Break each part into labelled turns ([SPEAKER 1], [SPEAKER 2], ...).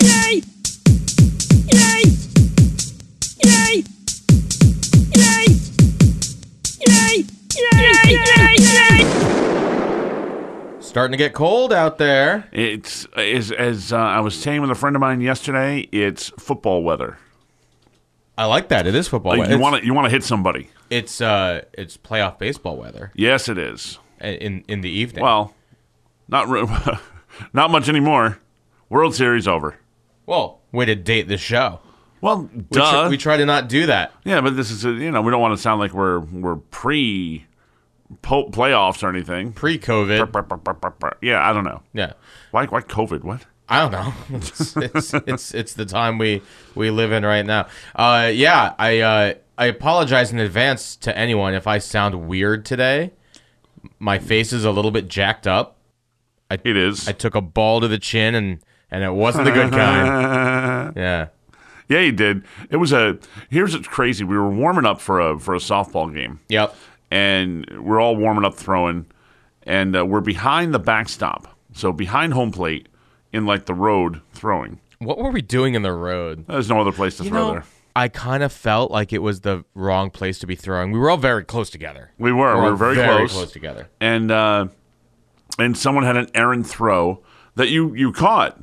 [SPEAKER 1] Yay! Yay! Yay! Yay! Yay! Yay! Yay! Yay!
[SPEAKER 2] Starting to get cold out there.
[SPEAKER 3] It's as as uh, I was saying with a friend of mine yesterday. It's football weather.
[SPEAKER 2] I like that. It is football.
[SPEAKER 3] Like,
[SPEAKER 2] weather.
[SPEAKER 3] you
[SPEAKER 2] Oh, it's,
[SPEAKER 3] want to you want to hit somebody.
[SPEAKER 2] it's uh, it's playoff baseball weather
[SPEAKER 3] Yes, it is.
[SPEAKER 2] in in the evening.
[SPEAKER 3] Well, not re- not much anymore. World Series over.
[SPEAKER 2] well, way to date the show.
[SPEAKER 3] Well,
[SPEAKER 2] We, tr-
[SPEAKER 3] duh.
[SPEAKER 2] we try to not do that.
[SPEAKER 3] yeah, but this is a, you know we don't want to sound like we're we're pre po- playoffs or anything.
[SPEAKER 2] Pre-COVID.
[SPEAKER 3] Yeah, I don't know.
[SPEAKER 2] Yeah.
[SPEAKER 3] Why why COVID? What?
[SPEAKER 2] I don't know. It's it's, it's it's the time we we live in right now. Uh, yeah, I uh, I apologize in advance to anyone if I sound weird today. My face is a little bit jacked up.
[SPEAKER 3] It is.
[SPEAKER 2] I took a ball to the chin and and it wasn't the good kind. Yeah.
[SPEAKER 3] yeah, you did. It was a. Here's what's crazy. We were warming up for a for a softball game.
[SPEAKER 2] Yep.
[SPEAKER 3] and we're all warming up throwing, and uh, we're behind the backstop, so behind home plate in like the road throwing.
[SPEAKER 2] What were we doing in the road?
[SPEAKER 3] There's no other place to throw there.
[SPEAKER 2] I kind of felt like it was the wrong place to be throwing. We were all very close together.
[SPEAKER 3] We were, we
[SPEAKER 2] all
[SPEAKER 3] were very, close,
[SPEAKER 2] together.
[SPEAKER 3] and uh, and someone had an errant throw that you you caught.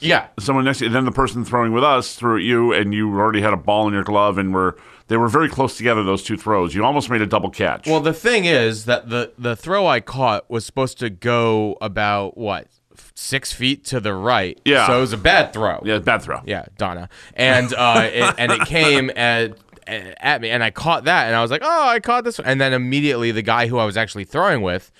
[SPEAKER 2] Yeah.
[SPEAKER 3] Someone next, to you, then the person throwing with us threw at you, and you already had a ball in your glove, and were they were very close together. Those two throws, you almost made a double catch.
[SPEAKER 2] Well, the thing is that the the throw I caught was supposed to go about what f- six feet to the right.
[SPEAKER 3] Yeah.
[SPEAKER 2] So it was a bad throw.
[SPEAKER 3] yeah, bad throw.
[SPEAKER 2] Yeah, Donna, and uh, it, and it came at at me, and I caught that, and I was like, oh, I caught this, one. and then immediately the guy who I was actually throwing with.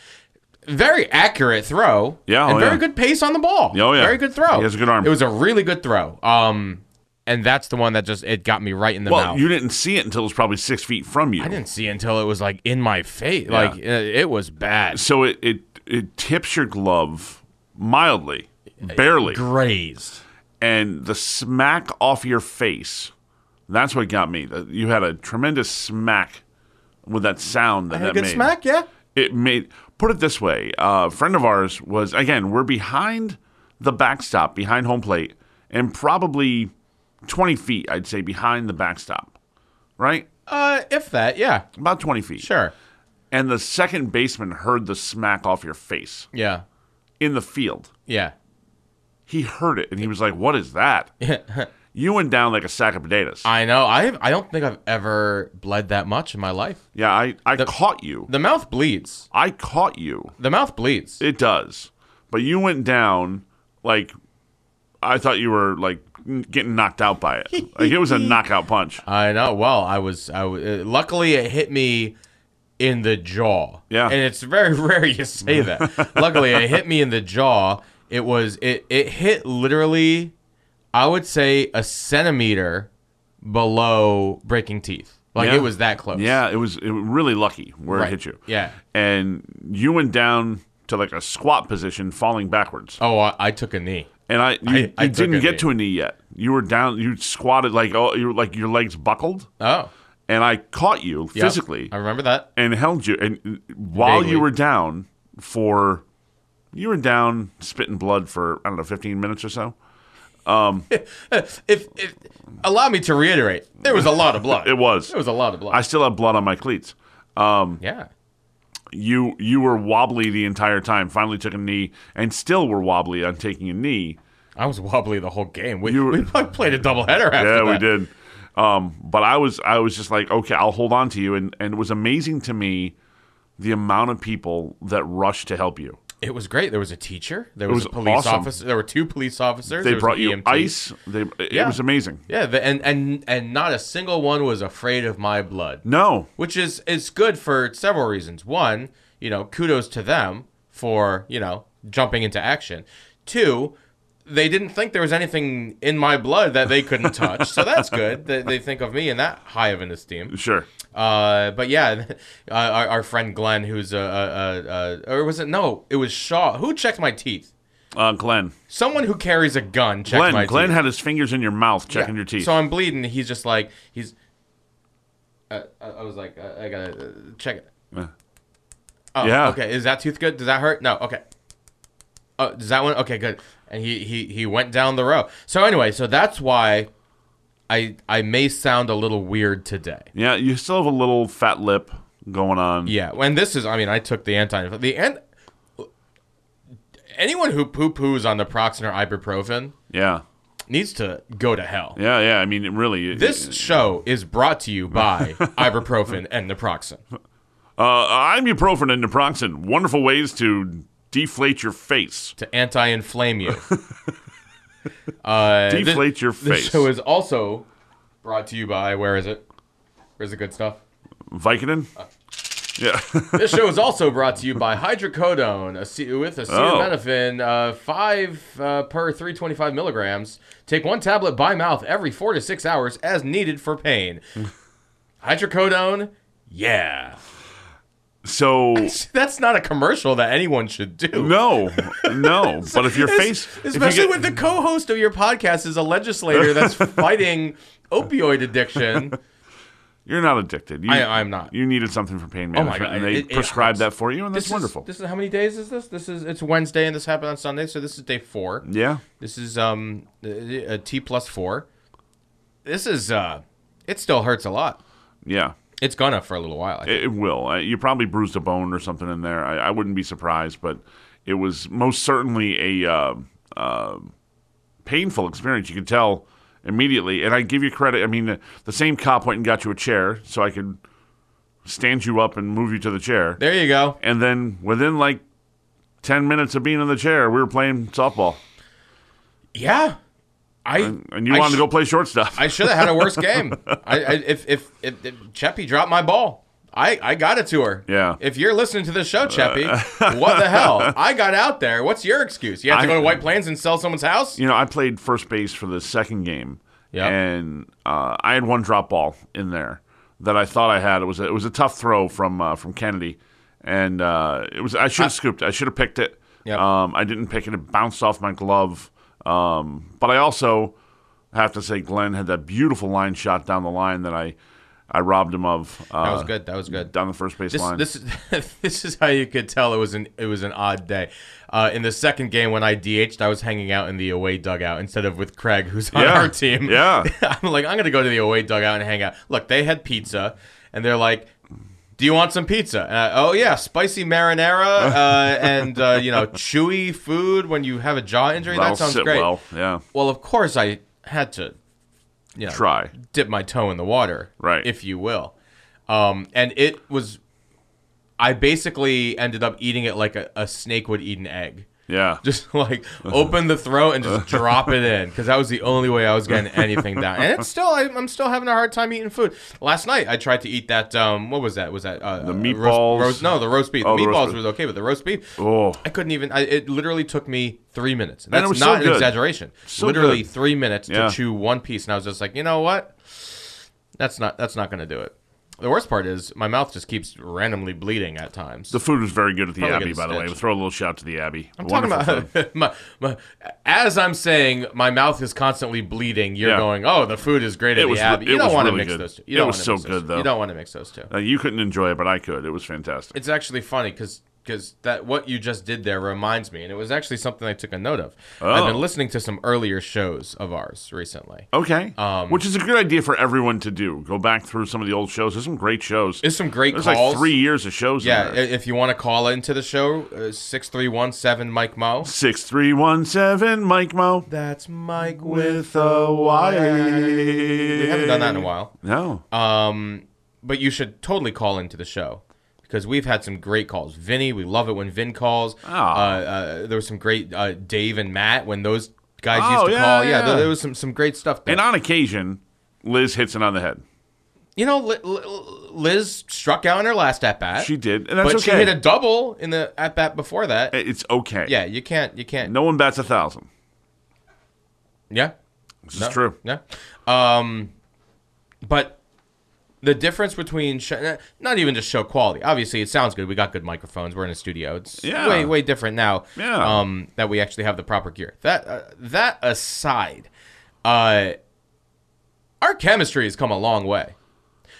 [SPEAKER 2] Very accurate throw.
[SPEAKER 3] Yeah,
[SPEAKER 2] and
[SPEAKER 3] oh,
[SPEAKER 2] very
[SPEAKER 3] yeah.
[SPEAKER 2] good pace on the ball.
[SPEAKER 3] Oh, yeah.
[SPEAKER 2] Very good throw.
[SPEAKER 3] He has a good arm.
[SPEAKER 2] It was a really good throw. Um, and that's the one that just it got me right in the
[SPEAKER 3] Well,
[SPEAKER 2] mouth.
[SPEAKER 3] you didn't see it until it was probably six feet from you.
[SPEAKER 2] I didn't see it until it was like in my face. Like it, it was bad.
[SPEAKER 3] so it, it it tips your glove mildly, barely,
[SPEAKER 2] Grazed.
[SPEAKER 3] and the smack off your face. That's what got me. That You had a tremendous smack with that sound that
[SPEAKER 2] Had a
[SPEAKER 3] that
[SPEAKER 2] good
[SPEAKER 3] made.
[SPEAKER 2] smack, yeah.
[SPEAKER 3] It made. Put it this way: uh, a friend of ours was again. We're behind the backstop, behind home plate, and probably twenty feet. I'd say behind the backstop, right?
[SPEAKER 2] Uh, if that, yeah,
[SPEAKER 3] About twenty feet.
[SPEAKER 2] sure,
[SPEAKER 3] And the second baseman heard the smack off your face
[SPEAKER 2] yeah,
[SPEAKER 3] in the field.
[SPEAKER 2] yeah.
[SPEAKER 3] he heard it and he was like, "What is that?" you went down like a sack of potatoes.
[SPEAKER 2] I know. I I don't think I've ever bled that much in my life.
[SPEAKER 3] yeah, I, I caught you.
[SPEAKER 2] The mouth bleeds.
[SPEAKER 3] I caught you.
[SPEAKER 2] The mouth bleeds.
[SPEAKER 3] It does, but you went down like I thought you were like getting knocked out by it. like it was a knockout punch.
[SPEAKER 2] I know. Well, I was. I was, uh, luckily it hit me in the jaw.
[SPEAKER 3] Yeah.
[SPEAKER 2] And it's very rare you say that. luckily, it hit me in the jaw. It was. It it hit literally. I would say a centimeter below breaking teeth. Like
[SPEAKER 3] Yeah.
[SPEAKER 2] it was that close.
[SPEAKER 3] Yeah, it was it was really lucky where
[SPEAKER 2] Right.
[SPEAKER 3] it hit you.
[SPEAKER 2] Yeah.
[SPEAKER 3] and you went down to like a squat position, falling backwards.
[SPEAKER 2] Oh, I, I took a knee.
[SPEAKER 3] And I, you, you
[SPEAKER 2] I took
[SPEAKER 3] didn't
[SPEAKER 2] a
[SPEAKER 3] get
[SPEAKER 2] knee.
[SPEAKER 3] to a knee yet. You were down. You squatted like oh, you were like your legs buckled.
[SPEAKER 2] Oh.
[SPEAKER 3] and I caught you
[SPEAKER 2] Yep.
[SPEAKER 3] physically
[SPEAKER 2] I remember that.
[SPEAKER 3] and held you and while
[SPEAKER 2] Vaguely.
[SPEAKER 3] you were down for you were down spitting blood for I don't know 15 minutes or so.
[SPEAKER 2] If, if allow me to reiterate, there was a lot of blood.
[SPEAKER 3] It was.
[SPEAKER 2] There was a lot of blood.
[SPEAKER 3] I still have blood on my cleats.
[SPEAKER 2] yeah.
[SPEAKER 3] You you were wobbly the entire time. Finally took a knee and still were wobbly on taking a knee.
[SPEAKER 2] I was wobbly the whole game. We,
[SPEAKER 3] You were-
[SPEAKER 2] we probably played a doubleheader after
[SPEAKER 3] yeah,
[SPEAKER 2] that.
[SPEAKER 3] we did. Um, but I was I was just like, okay, I'll hold on to you and and it was amazing to me the amount of people that rushed to help you.
[SPEAKER 2] It was great. There was a teacher. There was,
[SPEAKER 3] was
[SPEAKER 2] a police
[SPEAKER 3] awesome.
[SPEAKER 2] officer. There were two police officers.
[SPEAKER 3] They
[SPEAKER 2] there was
[SPEAKER 3] brought
[SPEAKER 2] an
[SPEAKER 3] you
[SPEAKER 2] EMT.
[SPEAKER 3] ice. They it
[SPEAKER 2] Yeah.
[SPEAKER 3] was amazing.
[SPEAKER 2] Yeah, the, and and and not a single one was afraid of my blood,
[SPEAKER 3] No,
[SPEAKER 2] which is is good for several reasons. One, you know, kudos to them for you know jumping into action. Two. They didn't think there was anything in my blood that they couldn't touch, so that's good. That they think of me in that high of an esteem.
[SPEAKER 3] sure.
[SPEAKER 2] Uh, but yeah, uh, our, our friend Glenn, who's a, a, a, a, or was it no? It was Shaw. Who checked my teeth?
[SPEAKER 3] Uh, Glenn.
[SPEAKER 2] Someone who carries a gun checked
[SPEAKER 3] Glenn.
[SPEAKER 2] my
[SPEAKER 3] Glenn
[SPEAKER 2] teeth.
[SPEAKER 3] had his fingers in your mouth
[SPEAKER 2] Yeah.
[SPEAKER 3] checking your teeth.
[SPEAKER 2] So I'm bleeding. He's just like he's. Uh, I I was like, I, I gotta uh, check it. Oh,
[SPEAKER 3] Yeah.
[SPEAKER 2] Okay. Is that tooth good? Does that hurt? No. Okay. Oh, does that one? Okay, good. And he he he went down the row. So anyway, so that's why I I may sound a little weird today.
[SPEAKER 3] Yeah, you still have a little fat lip going on.
[SPEAKER 2] Yeah, and this is I mean I took the anti the and anyone who poo poos on naproxen or ibuprofen
[SPEAKER 3] Yeah.
[SPEAKER 2] needs to go to hell.
[SPEAKER 3] Yeah, yeah. I mean, it really. it-
[SPEAKER 2] This show is brought to you by ibuprofen and naproxen.
[SPEAKER 3] Uh, I'm ibuprofen and naproxen. Wonderful ways to deflate your face.
[SPEAKER 2] to anti-inflame you. uh, thi-
[SPEAKER 3] Deflate your
[SPEAKER 2] This
[SPEAKER 3] face.
[SPEAKER 2] show is also brought to you by where is it? Where's the good stuff?
[SPEAKER 3] Vicodin?
[SPEAKER 2] Uh.
[SPEAKER 3] Yeah.
[SPEAKER 2] This show is also brought to you by hydrocodone ace- with
[SPEAKER 3] Oh.
[SPEAKER 2] acetaminophen, uh, five uh, per three twenty-five milligrams. Take one tablet by mouth every four to six hours as needed for pain. Hydrocodone, yeah.
[SPEAKER 3] so.
[SPEAKER 2] That's not a commercial that anyone should do.
[SPEAKER 3] No, no. But if your face, if you
[SPEAKER 2] Especially
[SPEAKER 3] get-
[SPEAKER 2] when the co-host of your podcast is a legislator that's fighting opioid addiction.
[SPEAKER 3] you're not addicted. You,
[SPEAKER 2] I- I'm not. Oh
[SPEAKER 3] You needed something for pain
[SPEAKER 2] my
[SPEAKER 3] management,
[SPEAKER 2] God,
[SPEAKER 3] and they
[SPEAKER 2] it- it
[SPEAKER 3] prescribed
[SPEAKER 2] hurts.
[SPEAKER 3] that for you, and that's
[SPEAKER 2] This is-
[SPEAKER 3] wonderful.
[SPEAKER 2] This is how many days is this? This is it's Wednesday, and this happened on Sunday, so this is day four.
[SPEAKER 3] yeah,
[SPEAKER 2] This is um a T plus four. This is uh, it still hurts a lot.
[SPEAKER 3] yeah.
[SPEAKER 2] It's gonna for a little while. I think.
[SPEAKER 3] It, it will. Uh, you probably bruised a bone or something in there. I, I wouldn't be surprised, but it was most certainly a uh, uh, painful experience. You could tell immediately, and I give you credit. I mean, the, the same cop went and got you a chair so I could stand you up and move you to the chair.
[SPEAKER 2] There you go.
[SPEAKER 3] And then within like ten minutes of being in the chair, we were playing softball.
[SPEAKER 2] Yeah, I
[SPEAKER 3] and you
[SPEAKER 2] I
[SPEAKER 3] wanted to
[SPEAKER 2] sh-
[SPEAKER 3] go play shortstop.
[SPEAKER 2] I should have had a worse game. I, I if, if if if Cheppy dropped my ball, I I got it to her.
[SPEAKER 3] Yeah. Uh,
[SPEAKER 2] If you're listening to this show, Cheppy, what the hell? I got out there. What's your excuse? You have to
[SPEAKER 3] I-
[SPEAKER 2] go to White Plains and sell someone's house?
[SPEAKER 3] you know, I played first base for the second game,
[SPEAKER 2] Yeah.
[SPEAKER 3] and uh, I had one drop ball in there that I thought I had. It was a, it was a tough throw from uh, from Kennedy, and uh, it was I should have scooped. I should have picked it.
[SPEAKER 2] Yeah.
[SPEAKER 3] Um, I didn't pick it. It bounced off my glove. Um, but I also have to say, Glenn had that beautiful line shot down the line that I I robbed him of. Uh,
[SPEAKER 2] That was good. That was good.
[SPEAKER 3] Down the first base
[SPEAKER 2] This,
[SPEAKER 3] line.
[SPEAKER 2] this is this is how you could tell it was an it was an odd day. Uh, in the second game when I DH'd, I was hanging out in the away dugout instead of with Craig, who's on
[SPEAKER 3] Yeah.
[SPEAKER 2] our team.
[SPEAKER 3] Yeah.
[SPEAKER 2] I'm like, I'm gonna go to the away dugout and hang out. Look, they had pizza, and they're like, "Do you want some pizza?" And I, oh yeah, spicy marinara uh, and uh, you know chewy food when you have a jaw injury.
[SPEAKER 3] That'll
[SPEAKER 2] that sounds
[SPEAKER 3] sit
[SPEAKER 2] great.
[SPEAKER 3] well. Yeah.
[SPEAKER 2] Well, of course I had to, you know,
[SPEAKER 3] Try.
[SPEAKER 2] dip my toe in the water,
[SPEAKER 3] Right.
[SPEAKER 2] if you will. Um, and it was, I basically ended up eating it like a, a snake would eat an egg.
[SPEAKER 3] Yeah.
[SPEAKER 2] Just like open the throat and just drop it in, because that was the only way I was getting anything down. And it's still, I, I'm still having a hard time eating food. Last night I tried to eat that. Um, what was that? Was that uh, the
[SPEAKER 3] meatballs?
[SPEAKER 2] Roast, roast, no, the roast beef.
[SPEAKER 3] Oh,
[SPEAKER 2] the
[SPEAKER 3] the roast
[SPEAKER 2] meatballs
[SPEAKER 3] beef.
[SPEAKER 2] was okay, but the roast beef.
[SPEAKER 3] oh.
[SPEAKER 2] I couldn't even. I, it literally took me three minutes.
[SPEAKER 3] it
[SPEAKER 2] That's
[SPEAKER 3] was
[SPEAKER 2] not
[SPEAKER 3] so
[SPEAKER 2] an
[SPEAKER 3] good.
[SPEAKER 2] exaggeration.
[SPEAKER 3] So
[SPEAKER 2] literally
[SPEAKER 3] good.
[SPEAKER 2] three minutes
[SPEAKER 3] Yeah.
[SPEAKER 2] to chew one piece, and I was just like, you know what? That's not. That's not going to do it. The worst part is my mouth just keeps randomly bleeding at times.
[SPEAKER 3] The food was very good at the
[SPEAKER 2] Probably
[SPEAKER 3] Abbey,
[SPEAKER 2] gonna
[SPEAKER 3] by the way.
[SPEAKER 2] stitch.
[SPEAKER 3] We'll throw a little shout to the Abbey.
[SPEAKER 2] I'm talking about my, my, as I'm saying, my mouth is constantly bleeding. You're
[SPEAKER 3] Yeah.
[SPEAKER 2] going, oh, the food is great at
[SPEAKER 3] It was
[SPEAKER 2] the
[SPEAKER 3] re-
[SPEAKER 2] Abbey.
[SPEAKER 3] it
[SPEAKER 2] You don't
[SPEAKER 3] was
[SPEAKER 2] want to
[SPEAKER 3] really
[SPEAKER 2] mix
[SPEAKER 3] good.
[SPEAKER 2] those two. You
[SPEAKER 3] It
[SPEAKER 2] don't
[SPEAKER 3] was
[SPEAKER 2] wanna
[SPEAKER 3] so
[SPEAKER 2] mix those
[SPEAKER 3] good,
[SPEAKER 2] two.
[SPEAKER 3] though.
[SPEAKER 2] You don't want to mix those two.
[SPEAKER 3] Uh, you couldn't enjoy it, but I could. It was fantastic.
[SPEAKER 2] It's actually funny because that what you just did there reminds me, and it was actually something I took a note of. I've
[SPEAKER 3] Oh.
[SPEAKER 2] been listening to some earlier shows of ours recently.
[SPEAKER 3] Okay,
[SPEAKER 2] Um,
[SPEAKER 3] which is a good idea for everyone to do. Go back through some of the old shows. There's some great shows.
[SPEAKER 2] There's some great
[SPEAKER 3] There's
[SPEAKER 2] calls.
[SPEAKER 3] like three years of shows.
[SPEAKER 2] yeah, i-
[SPEAKER 3] in there.
[SPEAKER 2] if you want to call into the show, uh, six three one seven Mike Mo.
[SPEAKER 3] six three one seven Mike Mo
[SPEAKER 2] That's Mike
[SPEAKER 3] with a Y.
[SPEAKER 2] We haven't done that in a while, Um,
[SPEAKER 3] No,
[SPEAKER 2] but you should totally call into the show because we've had some great calls. Vinny, we love it when Vin calls. Uh,
[SPEAKER 3] Oh.
[SPEAKER 2] uh, there was some great uh, Dave and Matt when those guys
[SPEAKER 3] Oh,
[SPEAKER 2] used to
[SPEAKER 3] yeah,
[SPEAKER 2] call. Yeah,
[SPEAKER 3] yeah.
[SPEAKER 2] there, there was some some great stuff. There.
[SPEAKER 3] and on occasion, Liz hits it on the head.
[SPEAKER 2] You know, Li- Li- Liz struck out in her last at bat.
[SPEAKER 3] She did, and that's
[SPEAKER 2] but
[SPEAKER 3] okay.
[SPEAKER 2] she hit a double in the at bat before that.
[SPEAKER 3] it's okay.
[SPEAKER 2] Yeah, you can't. You can't.
[SPEAKER 3] no one bats a thousand.
[SPEAKER 2] Yeah,
[SPEAKER 3] This
[SPEAKER 2] no,
[SPEAKER 3] is true.
[SPEAKER 2] Yeah, um, but the difference between show, not even just show quality. Obviously, it sounds good. We got good microphones. We're in a studio. It's
[SPEAKER 3] Yeah.
[SPEAKER 2] way way different now.
[SPEAKER 3] Yeah.
[SPEAKER 2] um, that we actually have the proper gear. That uh, that aside, uh, our chemistry has come a long way.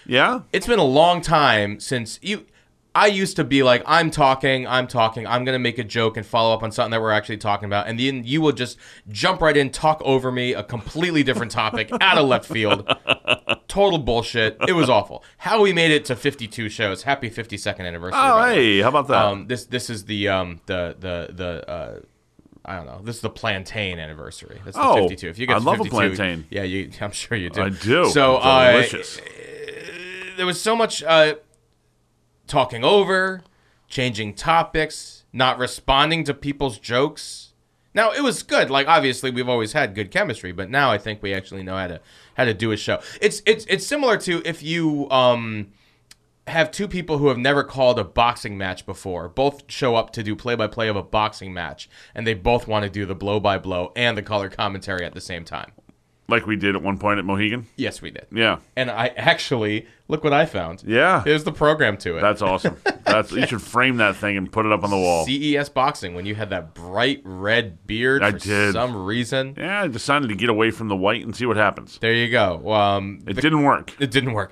[SPEAKER 3] Yeah,
[SPEAKER 2] it's been a long time since you I used to be like, I'm talking, I'm talking, I'm gonna make a joke and follow up on something that we're actually talking about, and then you will just jump right in, talk over me, a completely different topic out of left field. Total bullshit. It was awful. How we made it to 52 shows. Happy 52nd anniversary.
[SPEAKER 3] Oh,
[SPEAKER 2] by the way.
[SPEAKER 3] hey, how about that?
[SPEAKER 2] Um, this this is the um the the the uh, I don't know. This is the plantain anniversary. That's the
[SPEAKER 3] Oh,
[SPEAKER 2] 52. If you get
[SPEAKER 3] I
[SPEAKER 2] to
[SPEAKER 3] love a
[SPEAKER 2] 52,
[SPEAKER 3] plantain.
[SPEAKER 2] Yeah, you, I'm sure you do.
[SPEAKER 3] I do.
[SPEAKER 2] So
[SPEAKER 3] It's
[SPEAKER 2] uh,
[SPEAKER 3] delicious.
[SPEAKER 2] there was so much uh, talking over, changing topics, not responding to people's jokes. Now it was good. Like obviously we've always had good chemistry, but now I think we actually know how to how to do a show. It's it's it's similar to if you um, have two people who have never called a boxing match before. Both show up to do play by play of a boxing match, and they both want to do the blow by blow and the color commentary at the same time.
[SPEAKER 3] like we did at one point at Mohegan.
[SPEAKER 2] Yes, we did.
[SPEAKER 3] Yeah.
[SPEAKER 2] And I actually look what I found.
[SPEAKER 3] Yeah.
[SPEAKER 2] Here's the program to it.
[SPEAKER 3] That's awesome. That's you should frame that thing and put it up on the wall.
[SPEAKER 2] CES E boxing when you had that bright red beard
[SPEAKER 3] I
[SPEAKER 2] for
[SPEAKER 3] did.
[SPEAKER 2] some reason.
[SPEAKER 3] Yeah, I decided to get away from the white and see what happens.
[SPEAKER 2] There you go. Um,
[SPEAKER 3] It
[SPEAKER 2] the-
[SPEAKER 3] didn't work.
[SPEAKER 2] it didn't work.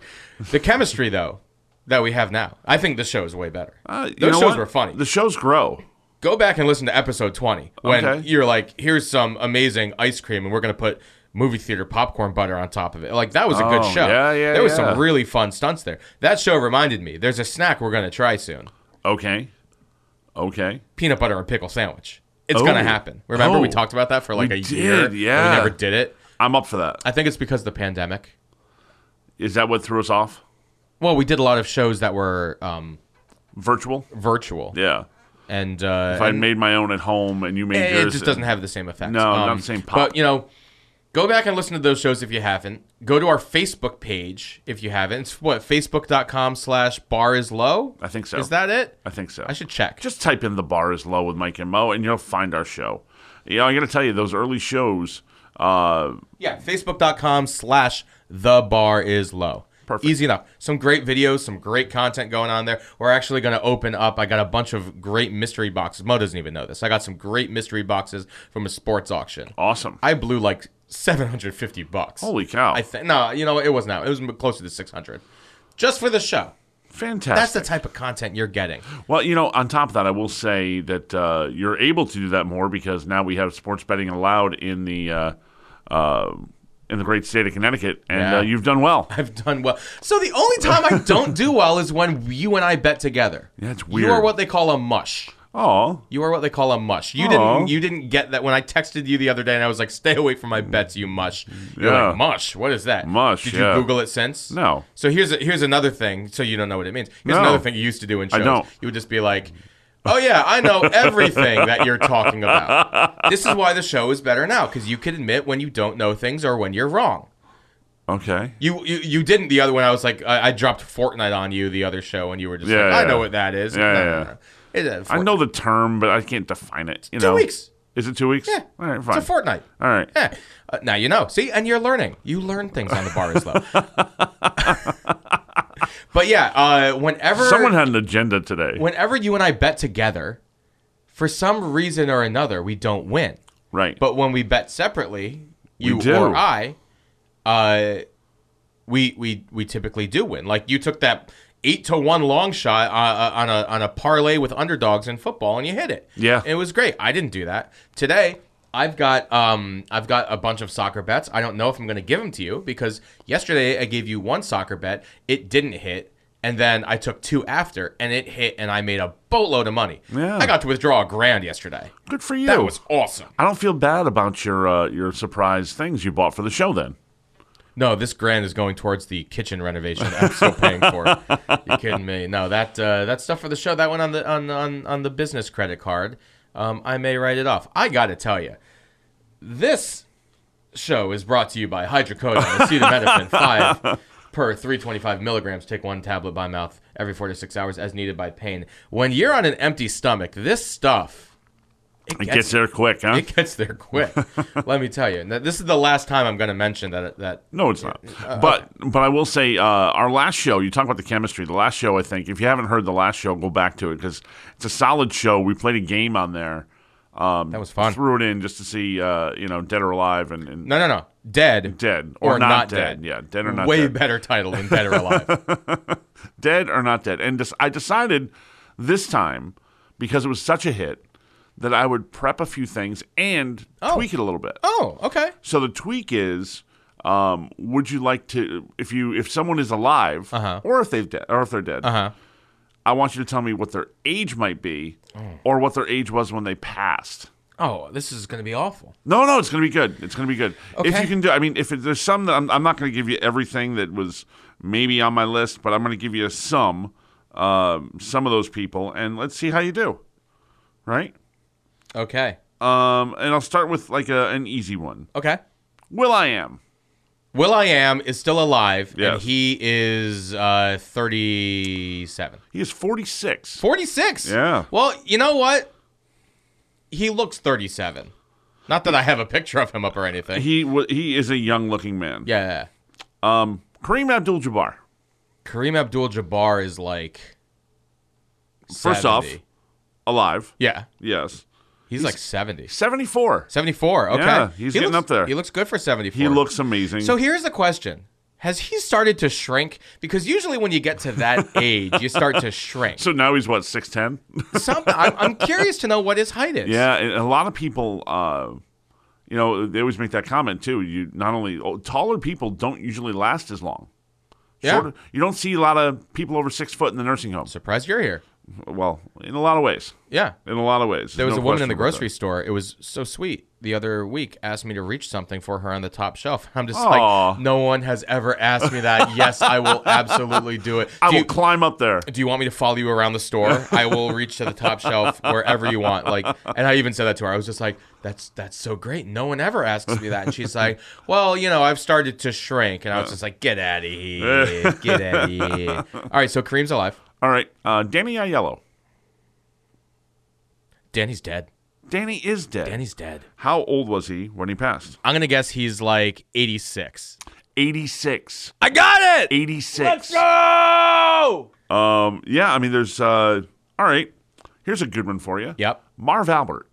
[SPEAKER 2] The chemistry though that we have now, I think the show is way better.
[SPEAKER 3] Uh, you
[SPEAKER 2] Those
[SPEAKER 3] know
[SPEAKER 2] shows
[SPEAKER 3] what?
[SPEAKER 2] were funny.
[SPEAKER 3] The shows grow.
[SPEAKER 2] go back and listen to episode 20 when
[SPEAKER 3] Okay.
[SPEAKER 2] you're like here's some amazing ice cream and we're going to put movie theater popcorn butter on top of it like that was a good
[SPEAKER 3] Oh,
[SPEAKER 2] show
[SPEAKER 3] yeah, yeah,
[SPEAKER 2] there was
[SPEAKER 3] yeah.
[SPEAKER 2] some really fun stunts there that show reminded me there's a snack we're going to try soon
[SPEAKER 3] Okay. Okay.
[SPEAKER 2] peanut butter and pickle sandwich it's
[SPEAKER 3] Oh.
[SPEAKER 2] going to happen remember we
[SPEAKER 3] Oh.
[SPEAKER 2] talked about that for like
[SPEAKER 3] We
[SPEAKER 2] a year
[SPEAKER 3] did,
[SPEAKER 2] and
[SPEAKER 3] yeah.
[SPEAKER 2] we never did it
[SPEAKER 3] I'm up for that.
[SPEAKER 2] i think it's because of the pandemic
[SPEAKER 3] Is that what threw us off?
[SPEAKER 2] well we did a lot of shows that were um,
[SPEAKER 3] Virtual?
[SPEAKER 2] virtual
[SPEAKER 3] Yeah.
[SPEAKER 2] and uh,
[SPEAKER 3] If I
[SPEAKER 2] and-
[SPEAKER 3] made my own at home and you made
[SPEAKER 2] it,
[SPEAKER 3] yours.
[SPEAKER 2] it just doesn't have the same effect. Um,
[SPEAKER 3] No, not the same pop.
[SPEAKER 2] But you know, go back and listen to those shows if you haven't. Go to our Facebook page if you haven't. It's what facebook.com slash bar is low.
[SPEAKER 3] I think so.
[SPEAKER 2] Is that it?
[SPEAKER 3] I think so.
[SPEAKER 2] I should check.
[SPEAKER 3] Just type in the bar is low with Mike and Mo, and you'll find our show. You know, I got to tell you, those early shows. Uh,
[SPEAKER 2] yeah, facebook.com slash the bar is low.
[SPEAKER 3] Perfect.
[SPEAKER 2] Easy enough. Some great videos, some great content going on there. We're actually going to open up. I got a bunch of great mystery boxes. Mo doesn't even know this. I got some great mystery boxes from a sports auction.
[SPEAKER 3] awesome.
[SPEAKER 2] I blew like 750 bucks.
[SPEAKER 3] Holy cow!
[SPEAKER 2] I think no, you know, it wasn't out. It was closer to 600, just for the show.
[SPEAKER 3] Fantastic.
[SPEAKER 2] That's the type of content you're getting.
[SPEAKER 3] Well, you know, on top of that, I will say that uh, you're able to do that more because now we have sports betting allowed in the uh, uh, in the great state of Connecticut, and
[SPEAKER 2] Yeah.
[SPEAKER 3] uh, you've done well.
[SPEAKER 2] I've done well. So the only time I don't do well is when you and I bet together.
[SPEAKER 3] Yeah, it's
[SPEAKER 2] You are
[SPEAKER 3] weird.
[SPEAKER 2] what they call a mush.
[SPEAKER 3] Oh,
[SPEAKER 2] You are what they call a mush. You
[SPEAKER 3] Aw.
[SPEAKER 2] didn't. You didn't get that when I texted you the other day, and I was like, "Stay away from my bets, you mush." You're
[SPEAKER 3] Mm. Yeah.
[SPEAKER 2] like, "Mush? What is that?
[SPEAKER 3] Mush,
[SPEAKER 2] Did
[SPEAKER 3] yeah.
[SPEAKER 2] you Google it since?
[SPEAKER 3] No.
[SPEAKER 2] So here's a, here's another thing. So you don't know what it means. Here's
[SPEAKER 3] No.
[SPEAKER 2] another thing you used to do in shows.
[SPEAKER 3] don't.
[SPEAKER 2] You would just be like, "Oh yeah, I know everything that you're talking about." This is why the show is better now because you can admit when you don't know things or when you're wrong.
[SPEAKER 3] okay.
[SPEAKER 2] You, you you didn't the other one. I was like, I, I dropped Fortnite on you the other show, and you were just
[SPEAKER 3] Yeah,
[SPEAKER 2] like, "I
[SPEAKER 3] yeah.
[SPEAKER 2] know what that is."
[SPEAKER 3] Yeah,
[SPEAKER 2] No,
[SPEAKER 3] yeah,
[SPEAKER 2] no,
[SPEAKER 3] yeah.
[SPEAKER 2] no. It's a
[SPEAKER 3] I
[SPEAKER 2] Fortnite.
[SPEAKER 3] know the term, but I can't define it. You
[SPEAKER 2] Two
[SPEAKER 3] know,
[SPEAKER 2] weeks.
[SPEAKER 3] Is it two weeks?
[SPEAKER 2] Yeah.
[SPEAKER 3] All right,
[SPEAKER 2] It's
[SPEAKER 3] fine.
[SPEAKER 2] a Fortnite.
[SPEAKER 3] All right.
[SPEAKER 2] Yeah. Uh, now you know. See, and you're learning. You learn things on the bar is low. but yeah, uh, whenever
[SPEAKER 3] Someone had an agenda today,
[SPEAKER 2] whenever you and I bet together, for some reason or another, we don't win.
[SPEAKER 3] right?
[SPEAKER 2] But when we bet separately, you
[SPEAKER 3] do.
[SPEAKER 2] or I, uh, we we we typically do win. Like you took that eight to one long shot uh, uh, on a on a parlay with underdogs in football, and you hit it.
[SPEAKER 3] Yeah.
[SPEAKER 2] it was great. I didn't do that today. I've got um I've got a bunch of soccer bets. I don't know if I'm going to give them to you because yesterday I gave you one soccer bet. It didn't hit. And then I took two after, and it hit, and I made a boatload of money.
[SPEAKER 3] Yeah.
[SPEAKER 2] I got to withdraw a grand yesterday.
[SPEAKER 3] Good for you.
[SPEAKER 2] That was awesome.
[SPEAKER 3] I don't feel bad about your uh, your surprise things you bought for the show. Then
[SPEAKER 2] No, this grant is going towards the kitchen renovation. that I'm still paying for. You kidding me? No, that uh, that stuff for the show that went on the on on, on the business credit card. Um, I may write it off. I got to tell you, this show is brought to you by hydrocodone, acetaminophen five per 325 milligrams. Take one tablet by mouth every four to six hours as needed by pain. When you're on an empty stomach, this stuff it
[SPEAKER 3] it
[SPEAKER 2] gets,
[SPEAKER 3] gets there quick, huh?
[SPEAKER 2] it gets there quick. Let me tell you. And This is the last time I'm going to mention that that
[SPEAKER 3] No, it's not.
[SPEAKER 2] Uh,
[SPEAKER 3] but but I will say uh, our last show. You talk about the chemistry. The last show, I think, if you haven't heard the last show, go back to it because it's a solid show. We played a game on there Um,
[SPEAKER 2] That was fun.
[SPEAKER 3] Threw it in just to see, uh, you know, dead or alive and, and
[SPEAKER 2] No, no, no. Dead.
[SPEAKER 3] dead
[SPEAKER 2] Or not dead.
[SPEAKER 3] Yeah, dead or not
[SPEAKER 2] Way
[SPEAKER 3] dead.
[SPEAKER 2] better title than Dead or Alive.
[SPEAKER 3] dead or not dead. And des- I decided this time because it was such a hit that I would prep a few things and
[SPEAKER 2] Oh.
[SPEAKER 3] tweak it a little bit.
[SPEAKER 2] oh, okay.
[SPEAKER 3] So the tweak is, um, would you like to if you if someone is alive or if they've de- or if they're dead,
[SPEAKER 2] Uh-huh.
[SPEAKER 3] I want you to tell me what their age might be or what their age was when they passed.
[SPEAKER 2] Oh, this is going to be awful.
[SPEAKER 3] No, no, it's gonna be good. It's gonna be good. If
[SPEAKER 2] Okay.
[SPEAKER 3] you can do, I mean, if there's some that I'm, I'm not gonna give you everything that was maybe on my list, but I'm gonna give you some, um, some of those people, and let's see how you do, right?
[SPEAKER 2] Okay.
[SPEAKER 3] Um, and I'll start with like a, an easy one.
[SPEAKER 2] Okay.
[SPEAKER 3] Will I am?
[SPEAKER 2] Will I Am is still alive, and
[SPEAKER 3] Yes.
[SPEAKER 2] he is uh, 37.
[SPEAKER 3] He is 46.
[SPEAKER 2] 46?
[SPEAKER 3] Yeah.
[SPEAKER 2] Well, you know what? He looks 37. Not that I have a picture of him up or anything.
[SPEAKER 3] He wa he is a young looking man.
[SPEAKER 2] yeah.
[SPEAKER 3] Kareem Abdul-Jabbar.
[SPEAKER 2] Kareem Abdul Jabbar is like.
[SPEAKER 3] First off,
[SPEAKER 2] 70.
[SPEAKER 3] alive.
[SPEAKER 2] Yeah.
[SPEAKER 3] Yes,
[SPEAKER 2] He's, like 70.
[SPEAKER 3] 74.
[SPEAKER 2] 74. Okay.
[SPEAKER 3] Yeah, he's getting
[SPEAKER 2] looks-
[SPEAKER 3] up there.
[SPEAKER 2] He looks good for 74.
[SPEAKER 3] He looks amazing.
[SPEAKER 2] So here's the question. Has he started to shrink? Because usually when you get to that age, you start to shrink.
[SPEAKER 3] so now he's what six ten.
[SPEAKER 2] Some, I'm, I'm curious to know what his height is.
[SPEAKER 3] Yeah, and a lot of people, uh, you know, they always make that comment too. You not only oh, taller people don't usually last as long.
[SPEAKER 2] Yeah.
[SPEAKER 3] you don't see a lot of people over six foot in the nursing homes.
[SPEAKER 2] Surprised you're here.
[SPEAKER 3] Well, in a lot of ways,
[SPEAKER 2] Yeah.
[SPEAKER 3] in a lot of ways.
[SPEAKER 2] There was
[SPEAKER 3] No
[SPEAKER 2] a woman in
[SPEAKER 3] question
[SPEAKER 2] the
[SPEAKER 3] about
[SPEAKER 2] grocery store. It was so sweet. The other week, asked me to reach something for her on the top shelf. I'm just
[SPEAKER 3] Aw.
[SPEAKER 2] like, no one has ever asked me that. yes, I will absolutely do it.
[SPEAKER 3] that. I
[SPEAKER 2] do,
[SPEAKER 3] will
[SPEAKER 2] you,
[SPEAKER 3] climb up there.
[SPEAKER 2] do you want me to follow you around the store? I will reach to the top shelf wherever you want. Like, and I even said that to her. I was just like, that's that's so great. No one ever asks me that. And she's like, well, you know, I've started to shrink. And I was just like, get out of here, get out of here. All right, so Kareem's alive.
[SPEAKER 3] All right, uh, Danny Aiello.
[SPEAKER 2] Danny's dead.
[SPEAKER 3] Danny is dead.
[SPEAKER 2] Danny's dead.
[SPEAKER 3] How old was he when he passed?
[SPEAKER 2] I'm gonna guess he's like 86.
[SPEAKER 3] 86.
[SPEAKER 2] I got it.
[SPEAKER 3] 86.
[SPEAKER 2] go.
[SPEAKER 3] Um, yeah, I mean, there's. Uh, all right, here's a good one for you.
[SPEAKER 2] Yep.
[SPEAKER 3] Marv Albert.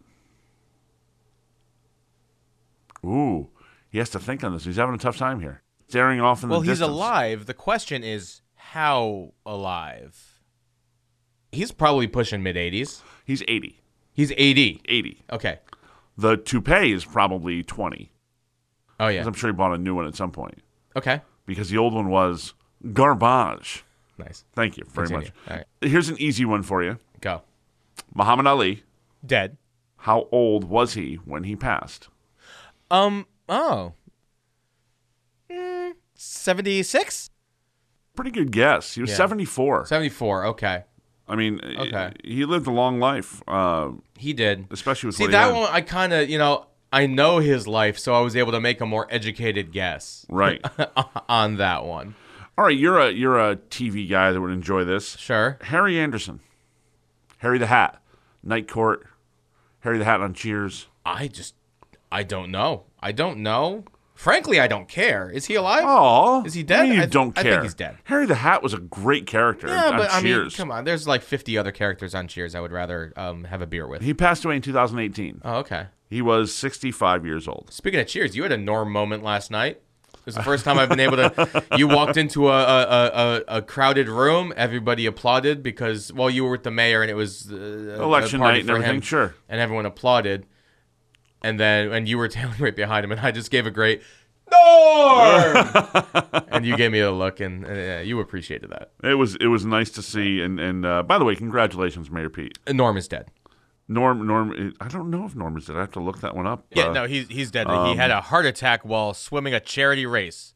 [SPEAKER 3] Ooh, he has to think on this. He's having a tough time here. Staring off in the
[SPEAKER 2] Well, he's
[SPEAKER 3] Hmm, distance.
[SPEAKER 2] alive. The question is how alive. He's probably pushing mid 80s.
[SPEAKER 3] He's 80.
[SPEAKER 2] He's 80.
[SPEAKER 3] 80.
[SPEAKER 2] Okay.
[SPEAKER 3] The toupee is probably 20.
[SPEAKER 2] Oh
[SPEAKER 3] 'cause
[SPEAKER 2] yeah.
[SPEAKER 3] I'm sure he bought a new one at some point
[SPEAKER 2] Okay.
[SPEAKER 3] because the old one was garbage.
[SPEAKER 2] Nice.
[SPEAKER 3] Thank you very
[SPEAKER 2] Continue.
[SPEAKER 3] much.
[SPEAKER 2] All right.
[SPEAKER 3] Here's an easy one for you.
[SPEAKER 2] Go.
[SPEAKER 3] Muhammad Ali.
[SPEAKER 2] Dead.
[SPEAKER 3] How old was he when he passed?
[SPEAKER 2] Um. Oh. Mm, 76.
[SPEAKER 3] Pretty good guess. He was
[SPEAKER 2] Yeah.
[SPEAKER 3] 74.
[SPEAKER 2] 74. Okay.
[SPEAKER 3] I mean, uh,
[SPEAKER 2] Okay.
[SPEAKER 3] he lived a long life, uh,
[SPEAKER 2] He did.
[SPEAKER 3] especially with
[SPEAKER 2] See
[SPEAKER 3] what he
[SPEAKER 2] that
[SPEAKER 3] had.
[SPEAKER 2] one, I kind of you know I know his life, so I was able to make a more educated guess
[SPEAKER 3] Right.
[SPEAKER 2] on that one.
[SPEAKER 3] All right, you're a you're a TV guy that would enjoy this.
[SPEAKER 2] Sure.
[SPEAKER 3] Harry Anderson, Harry the Hat, Night Court, Harry the Hat on Cheers.
[SPEAKER 2] I just I don't know. I don't know. Frankly, I don't care. Is he alive?
[SPEAKER 3] Oh,
[SPEAKER 2] Is he dead?
[SPEAKER 3] you
[SPEAKER 2] I-
[SPEAKER 3] don't
[SPEAKER 2] I
[SPEAKER 3] care.
[SPEAKER 2] think he's dead.
[SPEAKER 3] Harry the Hat was a great character
[SPEAKER 2] yeah,
[SPEAKER 3] on
[SPEAKER 2] but I mean,
[SPEAKER 3] Cheers.
[SPEAKER 2] come on. There's like 50 other characters on Cheers I would rather um, have a beer with.
[SPEAKER 3] He passed away in 2018.
[SPEAKER 2] Oh, okay.
[SPEAKER 3] He was 65 years old.
[SPEAKER 2] Speaking of Cheers, you had a Norm moment last night. It was the first time I've been able to. You walked into a a, a, a crowded room. Everybody applauded because well, you were with the mayor and it was uh, a
[SPEAKER 3] Election
[SPEAKER 2] party
[SPEAKER 3] night and
[SPEAKER 2] for
[SPEAKER 3] everything.
[SPEAKER 2] him.
[SPEAKER 3] Sure.
[SPEAKER 2] and everyone applauded. And then and you were tailing right behind him, and I just gave a great Norm, and you gave me a look, and uh, you appreciated that.
[SPEAKER 3] It was it was nice to see. And and uh, by the way, congratulations, Mayor Pete.
[SPEAKER 2] And Norm is dead.
[SPEAKER 3] Norm Norm. I don't know if Norm is dead. I have to look that one up.
[SPEAKER 2] Yeah,
[SPEAKER 3] Uh,
[SPEAKER 2] no, he's he's dead. he had a heart attack while swimming a charity race.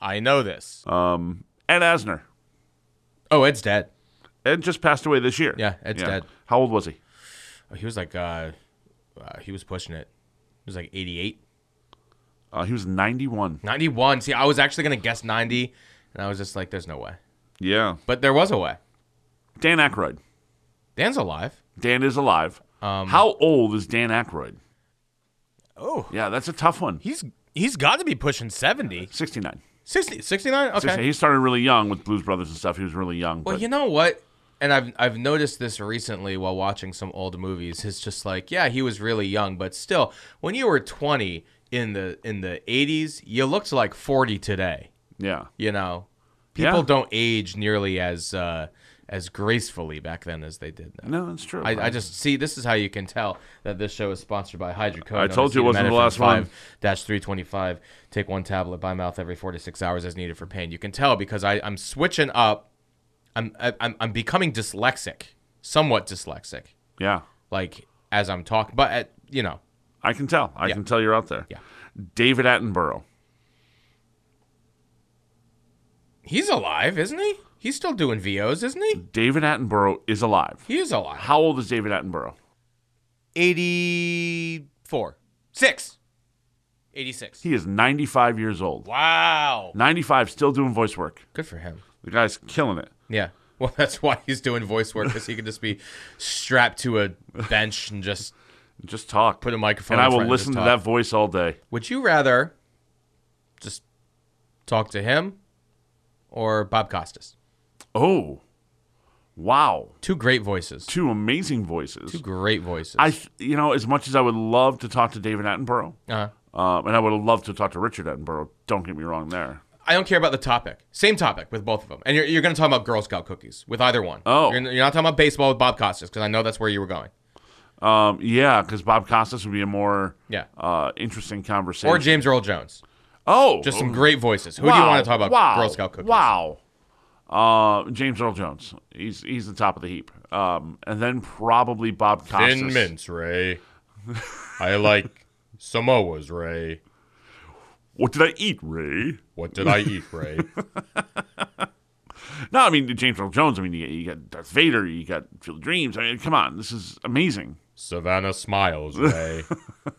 [SPEAKER 2] I know this.
[SPEAKER 3] um, Ed Asner.
[SPEAKER 2] oh, Ed's dead.
[SPEAKER 3] Ed just passed away this year.
[SPEAKER 2] Yeah, Ed's dead.
[SPEAKER 3] How old was he?
[SPEAKER 2] Oh, He was like, uh, uh, he was pushing it. He was like 88,
[SPEAKER 3] Uh, he was 91.
[SPEAKER 2] 91. See, I was actually gonna guess 90, and I was just like, there's no way.
[SPEAKER 3] Yeah.
[SPEAKER 2] But there was a way.
[SPEAKER 3] Dan Aykroyd.
[SPEAKER 2] Dan's alive.
[SPEAKER 3] Dan is alive.
[SPEAKER 2] Um,
[SPEAKER 3] How old is Dan Aykroyd?
[SPEAKER 2] Oh,
[SPEAKER 3] Yeah, that's a tough one.
[SPEAKER 2] he's he's got to be pushing 70.
[SPEAKER 3] 69.
[SPEAKER 2] 60, 69? Okay.
[SPEAKER 3] 69. He started really young with Blues Brothers and stuff. He was really young.
[SPEAKER 2] Well,
[SPEAKER 3] but
[SPEAKER 2] you know what? and I've I've noticed this recently while watching some old movies. It's just like, yeah, he was really young, but still, when you were 20 in the in the 80s, you looked like 40 today.
[SPEAKER 3] Yeah.
[SPEAKER 2] You know, people
[SPEAKER 3] Yeah.
[SPEAKER 2] don't age nearly as uh, as gracefully back then as they did now.
[SPEAKER 3] No, that's true.
[SPEAKER 2] I, I just see this is how you can tell that this show is sponsored by hydrocodone.
[SPEAKER 3] I told you it wasn't the last one.
[SPEAKER 2] Dash three twenty five. Take one tablet by mouth every four to six hours as needed for pain. You can tell because I, I'm switching up. I'm I- I'm I'm becoming dyslexic, somewhat dyslexic,
[SPEAKER 3] Yeah.
[SPEAKER 2] like as I'm talking. But at, you know,
[SPEAKER 3] I can tell. I can tell you're out there.
[SPEAKER 2] Yeah.
[SPEAKER 3] David Attenborough.
[SPEAKER 2] he's alive, isn't he? He's still doing VOs, isn't he?
[SPEAKER 3] David Attenborough is alive.
[SPEAKER 2] He is alive.
[SPEAKER 3] How old is David Attenborough?
[SPEAKER 2] Eighty four, six, eighty six.
[SPEAKER 3] He is 95 years old.
[SPEAKER 2] Wow,
[SPEAKER 3] 95, still doing voice work.
[SPEAKER 2] good for him.
[SPEAKER 3] The guy's killing it.
[SPEAKER 2] Yeah. Well, that's why he's doing voice work because he can just be strapped to a bench and just
[SPEAKER 3] Just talk.
[SPEAKER 2] put a microphone.
[SPEAKER 3] and I
[SPEAKER 2] in
[SPEAKER 3] will
[SPEAKER 2] front
[SPEAKER 3] listen
[SPEAKER 2] and
[SPEAKER 3] to
[SPEAKER 2] just
[SPEAKER 3] that
[SPEAKER 2] talk.
[SPEAKER 3] voice all day.
[SPEAKER 2] Would you rather just talk to him or Bob Costas?
[SPEAKER 3] Oh, wow.
[SPEAKER 2] Two great voices. Two
[SPEAKER 3] Two amazing voices.
[SPEAKER 2] great voices.
[SPEAKER 3] I, th- you know, as much as I would love to talk to David Attenborough,
[SPEAKER 2] uh,
[SPEAKER 3] um, and I would have loved to talk to Richard Attenborough. Don't get me wrong there.
[SPEAKER 2] I don't care about the topic. Same topic with both of them. And you're, you're going to talk about Girl Scout cookies with either one.
[SPEAKER 3] Oh.
[SPEAKER 2] You're, you're not talking about baseball with Bob Costas because I know that's where you were going.
[SPEAKER 3] Um, yeah, because Bob Costas would be a more
[SPEAKER 2] Yeah.
[SPEAKER 3] uh, interesting conversation.
[SPEAKER 2] Or James Earl Jones.
[SPEAKER 3] oh,
[SPEAKER 2] Just some great voices. Who
[SPEAKER 3] wow,
[SPEAKER 2] do you want to talk about
[SPEAKER 3] Wow,
[SPEAKER 2] Girl Scout cookies?
[SPEAKER 3] Wow. Uh, James Earl Jones. He's he's the top of the heap. Um, and then probably Bob Costas.
[SPEAKER 4] Thin mints, Ray. I like Samoas, Ray.
[SPEAKER 3] What did I eat, Ray?
[SPEAKER 4] What did I eat, Ray?
[SPEAKER 3] No, I mean James Earl Jones. I mean you, you got Darth Vader. You got Field of Dreams. I mean, come on, this is amazing.
[SPEAKER 4] Savannah smiles, Ray.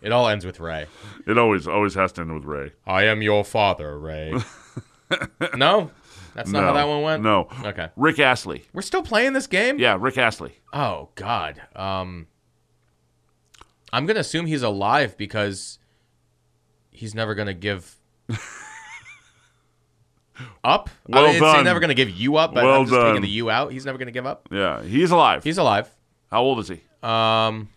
[SPEAKER 2] It all ends with Ray.
[SPEAKER 3] It always always has to end with Ray.
[SPEAKER 4] I am your father, Ray.
[SPEAKER 2] No? That's not
[SPEAKER 3] no,
[SPEAKER 2] how that one went?
[SPEAKER 3] No.
[SPEAKER 2] Okay.
[SPEAKER 3] Rick Astley.
[SPEAKER 2] We're still playing this game?
[SPEAKER 3] Yeah, Rick Astley.
[SPEAKER 2] Oh God. Um I'm gonna assume he's alive because he's never gonna give up.
[SPEAKER 3] Well
[SPEAKER 2] I mean, it's-
[SPEAKER 3] done.
[SPEAKER 2] He's never gonna give you up, but
[SPEAKER 3] Well
[SPEAKER 2] I'm just
[SPEAKER 3] done.
[SPEAKER 2] taking the you out. He's never gonna give up.
[SPEAKER 3] Yeah, he's alive.
[SPEAKER 2] He's alive.
[SPEAKER 3] How old is he?
[SPEAKER 2] Um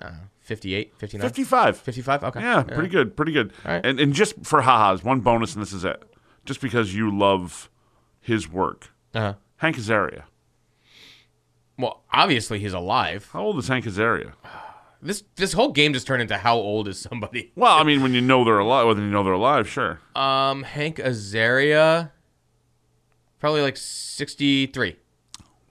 [SPEAKER 2] uh, 58, 59,
[SPEAKER 3] 55.
[SPEAKER 2] 55? Okay.
[SPEAKER 3] Yeah, pretty good, pretty good.
[SPEAKER 2] Alright.
[SPEAKER 3] And and just for ha-has, one bonus, and this is it. Just because you love his work,
[SPEAKER 2] Uh-huh.
[SPEAKER 3] Hank Azaria.
[SPEAKER 2] Well, obviously he's alive.
[SPEAKER 3] How old is Hank Azaria?
[SPEAKER 2] This this whole game just turned into how old is somebody?
[SPEAKER 3] Well, I mean, when you know they're alive, whether you know they're alive, sure.
[SPEAKER 2] Um, Hank Azaria, probably like sixty-three.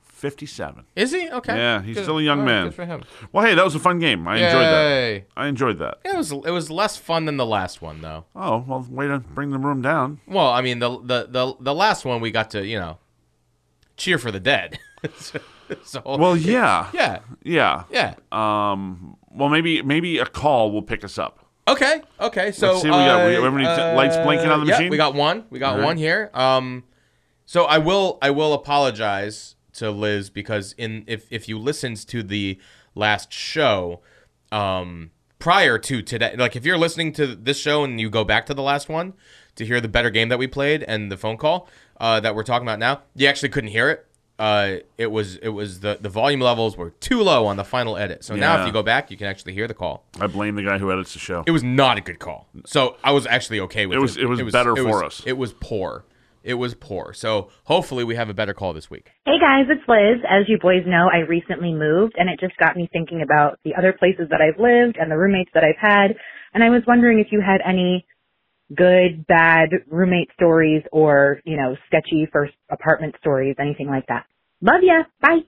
[SPEAKER 3] Fifty-seven.
[SPEAKER 2] Is he? Okay.
[SPEAKER 3] Yeah, he's
[SPEAKER 2] Good.
[SPEAKER 3] still a young
[SPEAKER 2] All right,
[SPEAKER 3] man.
[SPEAKER 2] Good for him.
[SPEAKER 3] Well, hey, that was a fun game. I enjoyed that.
[SPEAKER 2] Yay.
[SPEAKER 3] I enjoyed that.
[SPEAKER 2] It was it was less fun than the last one though.
[SPEAKER 3] Oh well, way to bring the room down.
[SPEAKER 2] Well, I mean the the the, the last one we got to you know cheer for the dead. so
[SPEAKER 3] Well, yeah,
[SPEAKER 2] yeah
[SPEAKER 3] yeah.
[SPEAKER 2] yeah
[SPEAKER 3] Um, well, maybe maybe a call will pick us up.
[SPEAKER 2] okay okay so
[SPEAKER 3] see, we got- we-
[SPEAKER 2] uh,
[SPEAKER 3] we have any t- lights blinking on the
[SPEAKER 2] yeah,
[SPEAKER 3] machine?
[SPEAKER 2] We got one we got
[SPEAKER 3] right.
[SPEAKER 2] one here. Um, so I will I will apologize to Liz because in if if you listened to the last show, um, prior to today, like if you're listening to this show and you go back to the last one to hear the better game that we played and the phone call uh, that we're talking about now, you actually couldn't hear it. Uh, it was it was the the volume levels were too low on the final edit. So now
[SPEAKER 3] Yeah.
[SPEAKER 2] if you go back, you can actually hear the call.
[SPEAKER 3] I blame the guy who edits the show.
[SPEAKER 2] It was not a good call. So I was actually okay with it.
[SPEAKER 3] It was- it was better for us.
[SPEAKER 2] It was poor. It was poor. So hopefully we have a better call this week.
[SPEAKER 5] Hey guys, it's Liz. As you boys know, I recently moved and it just got me thinking about the other places that I've lived and the roommates that I've had. And I was wondering if you had any good, bad roommate stories or, you know, sketchy first apartment stories, anything like that. Love ya. Bye.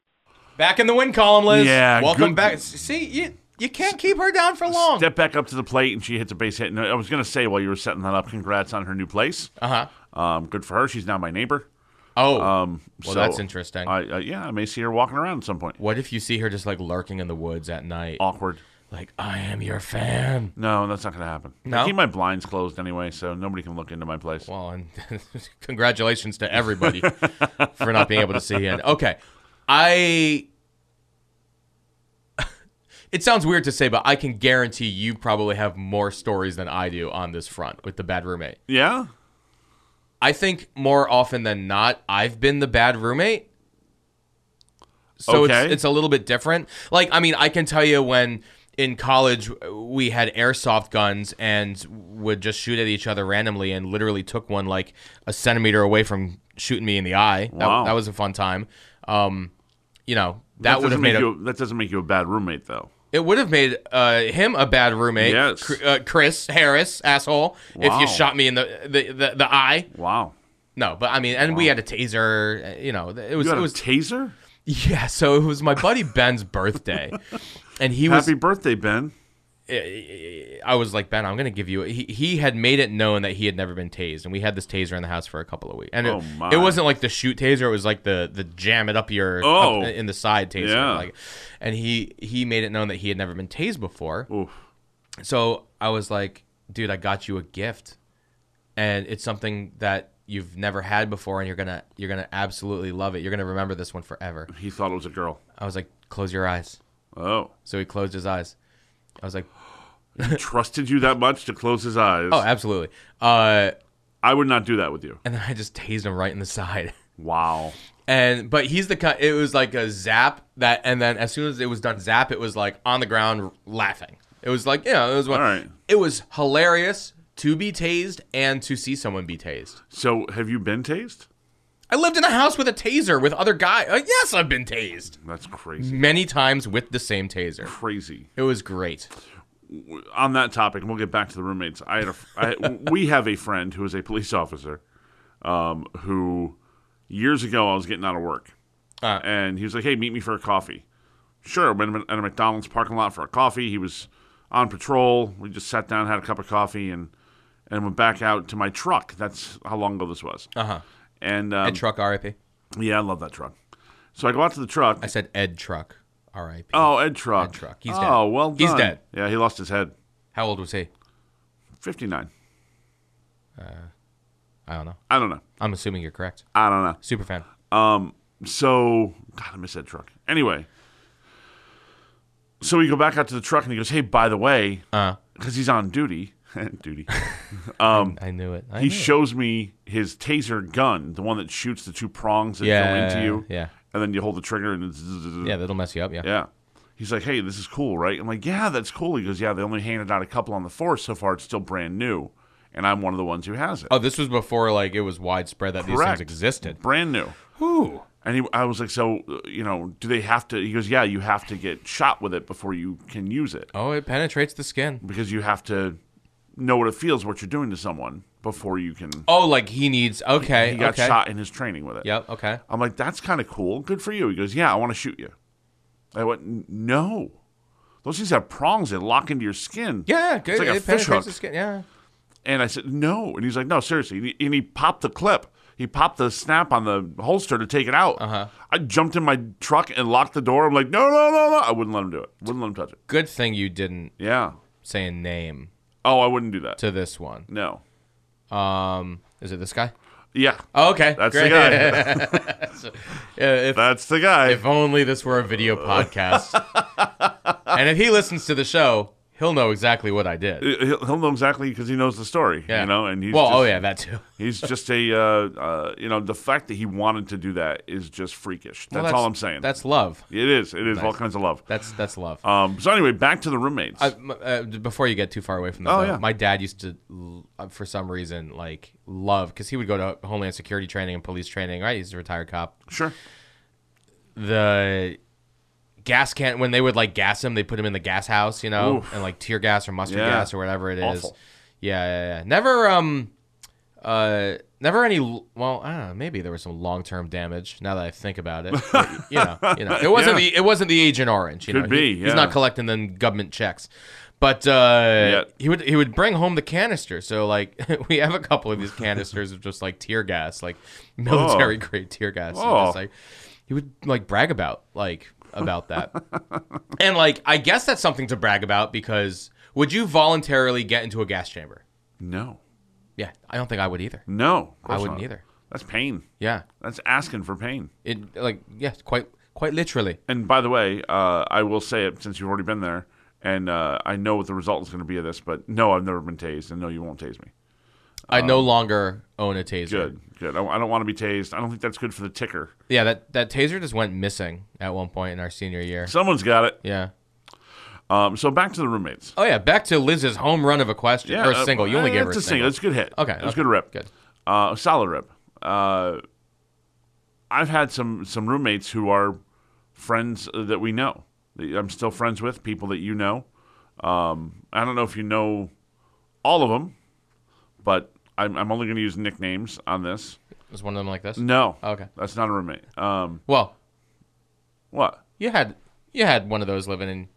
[SPEAKER 2] Back in the win column, Liz.
[SPEAKER 3] Yeah,
[SPEAKER 2] Welcome
[SPEAKER 3] good-
[SPEAKER 2] back. S- See, you you can't keep her down for long.
[SPEAKER 3] Step back up to the plate, and she hits a base hit. And I was going to say while you were setting that up, congrats on her new place.
[SPEAKER 2] uh huh.
[SPEAKER 3] Um, good for her. She's now my neighbor.
[SPEAKER 2] Oh.
[SPEAKER 3] Um,
[SPEAKER 2] well,
[SPEAKER 3] so
[SPEAKER 2] that's interesting.
[SPEAKER 3] I, I, yeah, I may see her walking around at some point.
[SPEAKER 2] what if you see her just like lurking in the woods at night?
[SPEAKER 3] Awkward.
[SPEAKER 2] Like, I am your fan.
[SPEAKER 3] No, that's not going to happen. I
[SPEAKER 2] No?
[SPEAKER 3] keep my blinds closed anyway, so nobody can look into my place.
[SPEAKER 2] Well, and congratulations to everybody for not being able to see it. Okay. I. It sounds weird to say, but I can guarantee you probably have more stories than I do on this front with the bad roommate.
[SPEAKER 3] yeah,
[SPEAKER 2] I think more often than not, I've been the bad roommate. so
[SPEAKER 3] Okay.
[SPEAKER 2] it's it's a little bit different. Like, I mean, I can tell you when in college we had airsoft guns and would just shoot at each other randomly, and literally took one like a centimeter away from shooting me in the eye. That,
[SPEAKER 3] Wow.
[SPEAKER 2] that was a fun time. Um, you know, that,
[SPEAKER 3] That,
[SPEAKER 2] would
[SPEAKER 3] doesn't
[SPEAKER 2] have
[SPEAKER 3] make
[SPEAKER 2] made a,
[SPEAKER 3] you. that doesn't make you a bad roommate, though.
[SPEAKER 2] it would have made uh, him a bad roommate.
[SPEAKER 3] Yes.
[SPEAKER 2] Cr- uh, Chris Harris, asshole. If
[SPEAKER 3] Wow.
[SPEAKER 2] you shot me in the the, the, the eye,
[SPEAKER 3] Wow.
[SPEAKER 2] no, but I mean, and we had a taser. uh, You know, th- it was
[SPEAKER 3] You had
[SPEAKER 2] it
[SPEAKER 3] a
[SPEAKER 2] was
[SPEAKER 3] taser.
[SPEAKER 2] yeah. So it was my buddy Ben's birthday, and he was.
[SPEAKER 3] Happy birthday, Ben.
[SPEAKER 2] I was like Ben, I'm gonna give you. He he had made it known that he had never been tased, and we had this taser in the house for a couple of weeks. And
[SPEAKER 3] Oh,
[SPEAKER 2] it,
[SPEAKER 3] my.
[SPEAKER 2] it wasn't like the shoot taser; it was like the the jam it up your up
[SPEAKER 3] Oh.
[SPEAKER 2] in the side taser.
[SPEAKER 3] Yeah.
[SPEAKER 2] Like, and he he made it known that he had never been tased before.
[SPEAKER 3] Oof.
[SPEAKER 2] So I was like, dude, I got you a gift, and it's something that you've never had before, and you're gonna you're gonna absolutely love it. You're gonna remember this one forever.
[SPEAKER 3] He thought it was a girl.
[SPEAKER 2] I was like, close your eyes.
[SPEAKER 3] Oh,
[SPEAKER 2] So he closed his eyes. I was like,
[SPEAKER 3] trusted you that much to close his eyes.
[SPEAKER 2] oh, absolutely. Uh,
[SPEAKER 3] I would not do that with you.
[SPEAKER 2] and then I just tased him right in the side.
[SPEAKER 3] Wow.
[SPEAKER 2] And but he's the kind. It was like a zap that, and then as soon as it was done, zap. It was like on the ground laughing. It was like you know, it was one.
[SPEAKER 3] All right.
[SPEAKER 2] It was hilarious to be tased and to see someone be tased.
[SPEAKER 3] So, have you been tased?
[SPEAKER 2] I lived in a house with a taser with other guy. Uh, yes, I've been tased
[SPEAKER 3] That's crazy.
[SPEAKER 2] many times with the same taser.
[SPEAKER 3] Crazy.
[SPEAKER 2] It was great.
[SPEAKER 3] on that topic, and we'll get back to the roommates. I had a, I, we have a friend who is a police officer, um, who years ago I was getting out of work,
[SPEAKER 2] Uh.
[SPEAKER 3] and he was like, "Hey, meet me for a coffee." Sure, went at a McDonald's parking lot for a coffee. He was on patrol. We just sat down, had a cup of coffee, and and went back out to my truck. That's how long ago this was. Uh huh. And, um,
[SPEAKER 2] Uh-huh. Ed Truck RIP.
[SPEAKER 3] yeah, I love that truck. So I go out to the truck.
[SPEAKER 2] I said Ed Truck RIP.
[SPEAKER 3] oh, Ed truck.
[SPEAKER 2] Ed Truck. He's
[SPEAKER 3] oh,
[SPEAKER 2] dead.
[SPEAKER 3] well done.
[SPEAKER 2] He's dead.
[SPEAKER 3] Yeah, he lost his head.
[SPEAKER 2] How old was he?
[SPEAKER 3] Fifty nine.
[SPEAKER 2] I don't know.
[SPEAKER 3] I don't know.
[SPEAKER 2] I'm assuming you're correct.
[SPEAKER 3] I don't know.
[SPEAKER 2] Super fan.
[SPEAKER 3] so God, I miss that truck. Anyway, so we go back out to the truck, and he goes, "Hey, by the way, because he's on duty, duty."
[SPEAKER 2] Uh. I knew it. I
[SPEAKER 3] He
[SPEAKER 2] knew it.
[SPEAKER 3] shows me his taser gun, the one that shoots the two prongs that
[SPEAKER 2] Yeah,
[SPEAKER 3] go into you,
[SPEAKER 2] yeah.
[SPEAKER 3] and then you hold the trigger, and it's
[SPEAKER 2] Yeah, that'll mess you up. Yeah.
[SPEAKER 3] yeah. He's like, hey, this is cool, right? I'm like, yeah, that's cool. He goes, yeah, they only handed out a couple on the force so far. It's still brand new, and I'm one of the ones who has it.
[SPEAKER 2] Oh, this was before like it was widespread that these
[SPEAKER 3] Correct.
[SPEAKER 2] things existed.
[SPEAKER 3] brand new. And he, I was like, so uh, you know, do they have to? He goes, yeah, you have to get shot with it before you can use it
[SPEAKER 2] Oh, it penetrates the skin.
[SPEAKER 3] because you have to know what it feels, what you're doing to someone before you can.
[SPEAKER 2] Oh, like he needs. Okay.
[SPEAKER 3] he got
[SPEAKER 2] okay.
[SPEAKER 3] shot in his training with it.
[SPEAKER 2] Yep. Okay.
[SPEAKER 3] I'm like, that's kind of cool. Good for you. He goes, yeah, I want to shoot you. I went, "N- no. Those things have prongs that lock into your skin.
[SPEAKER 2] Yeah.
[SPEAKER 3] It's
[SPEAKER 2] Good.
[SPEAKER 3] like a
[SPEAKER 2] it
[SPEAKER 3] fish
[SPEAKER 2] penetrates
[SPEAKER 3] hook.
[SPEAKER 2] the skin. Yeah.
[SPEAKER 3] And I said, no. And he's like, no, seriously. And he, and he popped the clip. He popped the snap on the holster to take it out. Uh-huh. I jumped in my truck and locked the door. I'm like, no, no, no, no. I wouldn't let him do it. Wouldn't let him touch it.
[SPEAKER 2] Good thing you didn't
[SPEAKER 3] Yeah.
[SPEAKER 2] say a name
[SPEAKER 3] Oh, I wouldn't do that.
[SPEAKER 2] to this one.
[SPEAKER 3] No.
[SPEAKER 2] Um, is it this guy?
[SPEAKER 3] Yeah.
[SPEAKER 2] Oh, okay.
[SPEAKER 3] That's
[SPEAKER 2] Great.
[SPEAKER 3] the guy.
[SPEAKER 2] Yeah, if,
[SPEAKER 3] That's the guy. Uh,
[SPEAKER 2] if only this were a video podcast. and if he listens to the show, he'll know exactly what I did.
[SPEAKER 3] He'll he'll know exactly because he knows the story,
[SPEAKER 2] Yeah.
[SPEAKER 3] you know, and he's
[SPEAKER 2] well,
[SPEAKER 3] just,
[SPEAKER 2] oh yeah, that too.
[SPEAKER 3] he's just a uh, uh, you know the fact that he wanted to do that is just freakish. That's,
[SPEAKER 2] Well,
[SPEAKER 3] all I'm saying.
[SPEAKER 2] That's love.
[SPEAKER 3] it is it is all kinds of love.
[SPEAKER 2] That's that's love.
[SPEAKER 3] Um, so anyway, back to the roommates.
[SPEAKER 2] I- m- uh, d- before you get too far away from that,
[SPEAKER 3] Oh,
[SPEAKER 2] though,
[SPEAKER 3] yeah.
[SPEAKER 2] my dad used to, l- uh, for some reason, like love because he would go to Homeland Security training and police training. Right, he's a retired cop.
[SPEAKER 3] sure.
[SPEAKER 2] The gas can when they would like gas him, they put him in the gas house, you know,
[SPEAKER 3] Oof.
[SPEAKER 2] and like tear gas or mustard
[SPEAKER 3] Yeah.
[SPEAKER 2] gas or whatever it is.
[SPEAKER 3] Awful.
[SPEAKER 2] Yeah, yeah, yeah. Never, um, uh, never any. l- Well, I don't know. Maybe there was some long term damage. Now that I think about it, But, you know, you know, it wasn't
[SPEAKER 3] Yeah.
[SPEAKER 2] the it wasn't the Agent Orange. You
[SPEAKER 3] Could
[SPEAKER 2] know,
[SPEAKER 3] be,
[SPEAKER 2] He-
[SPEAKER 3] yeah.
[SPEAKER 2] He's not collecting them government checks. But uh, he would he would bring home the canister. So like we have a couple of these canisters of just like tear gas, like military grade tear gas. And
[SPEAKER 3] Oh.
[SPEAKER 2] just, like he would like brag about like about that. and like I guess that's something to brag about because would you voluntarily get into a gas chamber?
[SPEAKER 3] No,
[SPEAKER 2] Yeah, I don't think I would either.
[SPEAKER 3] no, of
[SPEAKER 2] I
[SPEAKER 3] course
[SPEAKER 2] wouldn't
[SPEAKER 3] not.
[SPEAKER 2] either.
[SPEAKER 3] That's pain.
[SPEAKER 2] Yeah,
[SPEAKER 3] That's asking for pain.
[SPEAKER 2] it like yeah, quite quite literally.
[SPEAKER 3] And by the way, uh, I will say it since you've already been there, and uh, I know what the result is going to be of this. But no, I've never been tased, and no, you won't tase me.
[SPEAKER 2] I no longer own a taser.
[SPEAKER 3] Good, good. I, I don't want to be tased. I don't think that's good for the ticker.
[SPEAKER 2] Yeah, that, that taser just went missing at one point in our senior year.
[SPEAKER 3] Someone's got it.
[SPEAKER 2] Yeah.
[SPEAKER 3] Um, so back to the roommates.
[SPEAKER 2] Oh yeah, back to Liz's home run of a question or
[SPEAKER 3] uh,
[SPEAKER 2] a single. You only
[SPEAKER 3] uh,
[SPEAKER 2] gave her a
[SPEAKER 3] that's
[SPEAKER 2] single.
[SPEAKER 3] It's a good hit.
[SPEAKER 2] Okay,
[SPEAKER 3] it's
[SPEAKER 2] okay,
[SPEAKER 3] good rip.
[SPEAKER 2] good.
[SPEAKER 3] uh, solid rip. Uh, I've had some some roommates who are friends uh, that we know. that I'm still friends with people that you know. Um, I don't know if you know all of them, but I'm, I'm only going to use nicknames on this.
[SPEAKER 2] Was one of them like this?
[SPEAKER 3] No,
[SPEAKER 2] Okay.
[SPEAKER 3] that's not a roommate. Um,
[SPEAKER 2] Well,
[SPEAKER 3] what?
[SPEAKER 2] you had you had one of those living in.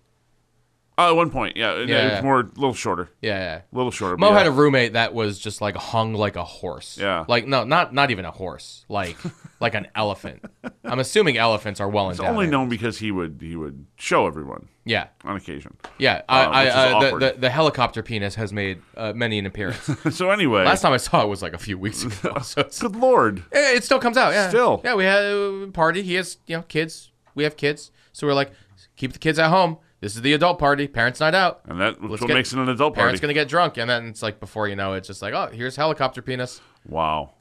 [SPEAKER 3] Oh, at one point, yeah, it-
[SPEAKER 2] Yeah.
[SPEAKER 3] it's more a little shorter,
[SPEAKER 2] Yeah. yeah.
[SPEAKER 3] a little shorter.
[SPEAKER 2] Mo
[SPEAKER 3] but yeah.
[SPEAKER 2] had a roommate that was just like hung like a horse.
[SPEAKER 3] Yeah.
[SPEAKER 2] Like no, not not even a horse. Like like an elephant. I'm assuming elephants are well
[SPEAKER 3] It's
[SPEAKER 2] endowed.
[SPEAKER 3] only
[SPEAKER 2] animals.
[SPEAKER 3] known because he would he would show everyone
[SPEAKER 2] Yeah.
[SPEAKER 3] on occasion.
[SPEAKER 2] Yeah. I, I,
[SPEAKER 3] Uh, which is
[SPEAKER 2] uh, the,
[SPEAKER 3] awkward.
[SPEAKER 2] the the helicopter penis has made uh, many an appearance.
[SPEAKER 3] so anyway,
[SPEAKER 2] Last time I saw it was like a few weeks ago. So it's,
[SPEAKER 3] good lord,
[SPEAKER 2] Yeah, it still comes out. Yeah.
[SPEAKER 3] Still.
[SPEAKER 2] Yeah, we had a party. He has, you know, kids. We have kids. So we're like, keep the kids at home. This is the adult party. Parents' night out.
[SPEAKER 3] and that's what
[SPEAKER 2] get-
[SPEAKER 3] makes it an adult party.
[SPEAKER 2] Parents gonna get drunk, and then it's like before you know, it, it's just like, oh, here's helicopter penis.
[SPEAKER 3] Wow.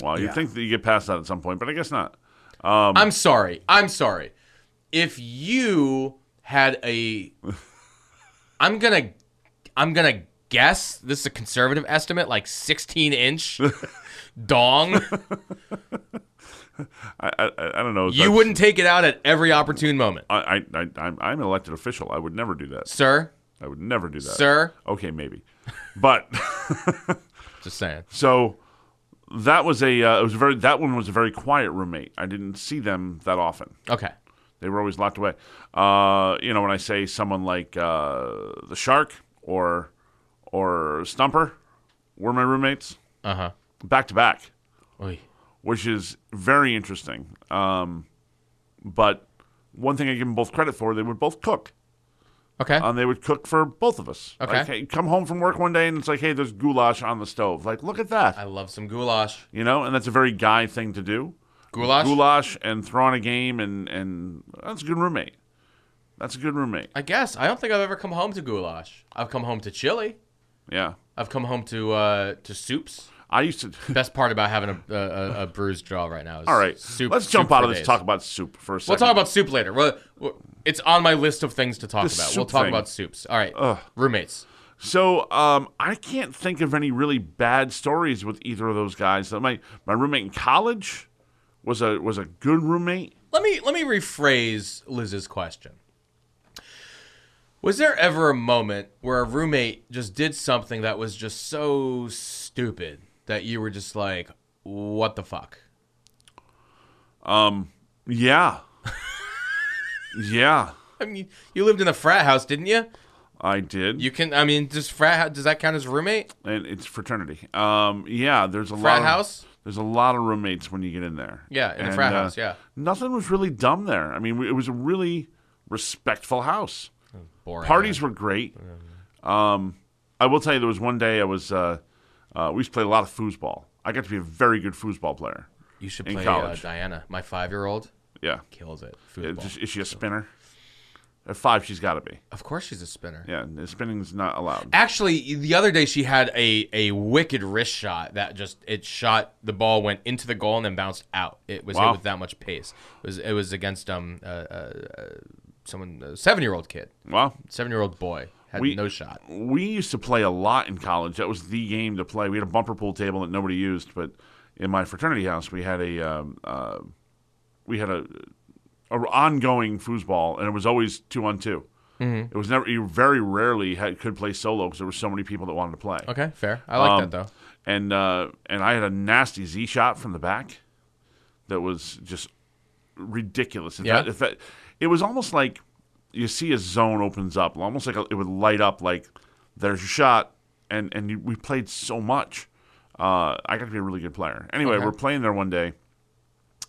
[SPEAKER 3] Wow. You think that you get past that at some point, but I guess not.
[SPEAKER 2] I'm sorry. I'm sorry. If you had a, I'm gonna, I'm gonna guess this is a conservative estimate, like 16 inch dong.
[SPEAKER 3] I I, I don't know. if
[SPEAKER 2] You
[SPEAKER 3] that's-
[SPEAKER 2] wouldn't take it out at every opportune moment,
[SPEAKER 3] I, I, I, I'm, I'm an elected official. I would never do that.
[SPEAKER 2] sir.
[SPEAKER 3] I would never do that.
[SPEAKER 2] Sir,
[SPEAKER 3] Okay, maybe. But
[SPEAKER 2] just saying.
[SPEAKER 3] so that was a uh, it was a very that one was a very quiet roommate. I didn't see them that often.
[SPEAKER 2] Okay.
[SPEAKER 3] They were always locked away. Uh, you know, when I say someone like uh, the shark or or Stumper were my roommates
[SPEAKER 2] Uh huh.
[SPEAKER 3] back to back.
[SPEAKER 2] Oy.
[SPEAKER 3] which is very interesting. Um, but one thing I give them both credit for, they would both cook.
[SPEAKER 2] Okay.
[SPEAKER 3] And they would cook for both of us.
[SPEAKER 2] Okay.
[SPEAKER 3] Like, hey, come home from work one day and it's like, hey, there's goulash on the stove. Like, look at that.
[SPEAKER 2] I love some goulash.
[SPEAKER 3] you know, and that's a very guy thing to do.
[SPEAKER 2] Goulash.
[SPEAKER 3] Goulash and throw on a game, and, and that's a good roommate. That's a good roommate.
[SPEAKER 2] I guess I don't think I've ever come home to goulash. I've come home to chili.
[SPEAKER 3] Yeah.
[SPEAKER 2] I've come home to uh, to soups.
[SPEAKER 3] I used to.
[SPEAKER 2] Best part about having a, a, a- a bruised jaw right now is
[SPEAKER 3] All right.
[SPEAKER 2] Soup,
[SPEAKER 3] Let's
[SPEAKER 2] soup
[SPEAKER 3] jump out
[SPEAKER 2] for
[SPEAKER 3] of this
[SPEAKER 2] days.
[SPEAKER 3] and talk about soup for a second.
[SPEAKER 2] We'll talk about soup later. Well, well, it's on my list of things to talk
[SPEAKER 3] The
[SPEAKER 2] about.
[SPEAKER 3] soup
[SPEAKER 2] We'll talk
[SPEAKER 3] thing.
[SPEAKER 2] about soups. All right, roommates.
[SPEAKER 3] So um, I can't think of any really bad stories with either of those guys. My my roommate in college was a was a good roommate.
[SPEAKER 2] Let me let me rephrase Liz's question. Was there ever a moment where a roommate just did something that was just so stupid that you were just like, "What the fuck?"
[SPEAKER 3] Yeah, yeah,
[SPEAKER 2] I mean, you lived in a frat house, didn't you?
[SPEAKER 3] I did,
[SPEAKER 2] You can. I mean, does frat hou- does that count as roommate?
[SPEAKER 3] and it's fraternity. Um, yeah, there's a lot
[SPEAKER 2] Frat
[SPEAKER 3] of,
[SPEAKER 2] house?
[SPEAKER 3] There's a lot of roommates when you get in there. uh,
[SPEAKER 2] Yeah, in a frat house, yeah.
[SPEAKER 3] nothing was really dumb there. I mean, we- it was a really respectful house.
[SPEAKER 2] Boring.
[SPEAKER 3] parties were great. Um, I will tell you, there was one day I was uh, uh, we used to play a lot of foosball. I got to be a very good foosball player.
[SPEAKER 2] You should
[SPEAKER 3] in
[SPEAKER 2] play uh,
[SPEAKER 3] college.
[SPEAKER 2] Diana. My five year old
[SPEAKER 3] Yeah,
[SPEAKER 2] kills it.
[SPEAKER 3] It
[SPEAKER 2] Foosball.
[SPEAKER 3] just- is she a spinner? At five, she's got to be.
[SPEAKER 2] of course, she's a spinner.
[SPEAKER 3] Yeah, and spinning's not allowed.
[SPEAKER 2] Actually, the other day she had a a wicked wrist shot that just it shot the ball went into the goal and then bounced out. It was
[SPEAKER 3] Wow.
[SPEAKER 2] hit with that much pace. It was it was against um uh, uh, uh someone a seven year old kid,
[SPEAKER 3] Well,
[SPEAKER 2] seven year old boy had
[SPEAKER 3] We-
[SPEAKER 2] no shot.
[SPEAKER 3] we used to play a lot in college. That was the game to play. We had a bumper pool table that nobody used, but in my fraternity house, we had a um, uh, we had a, a ongoing foosball, and it was always two on 2 It was never. You very rarely had, could play solo because there were so many people that wanted to play.
[SPEAKER 2] Okay, fair. I like that
[SPEAKER 3] Um,
[SPEAKER 2] though.
[SPEAKER 3] And uh, and I had a nasty Z shot from the back that was just ridiculous. If
[SPEAKER 2] Yeah.
[SPEAKER 3] that- if that- it was almost like you see a zone opens up, almost like a, it would light up. Like there's your shot, and and you, we played so much. Uh, I got to be a really good player. Anyway,
[SPEAKER 2] Okay.
[SPEAKER 3] we're playing there one day,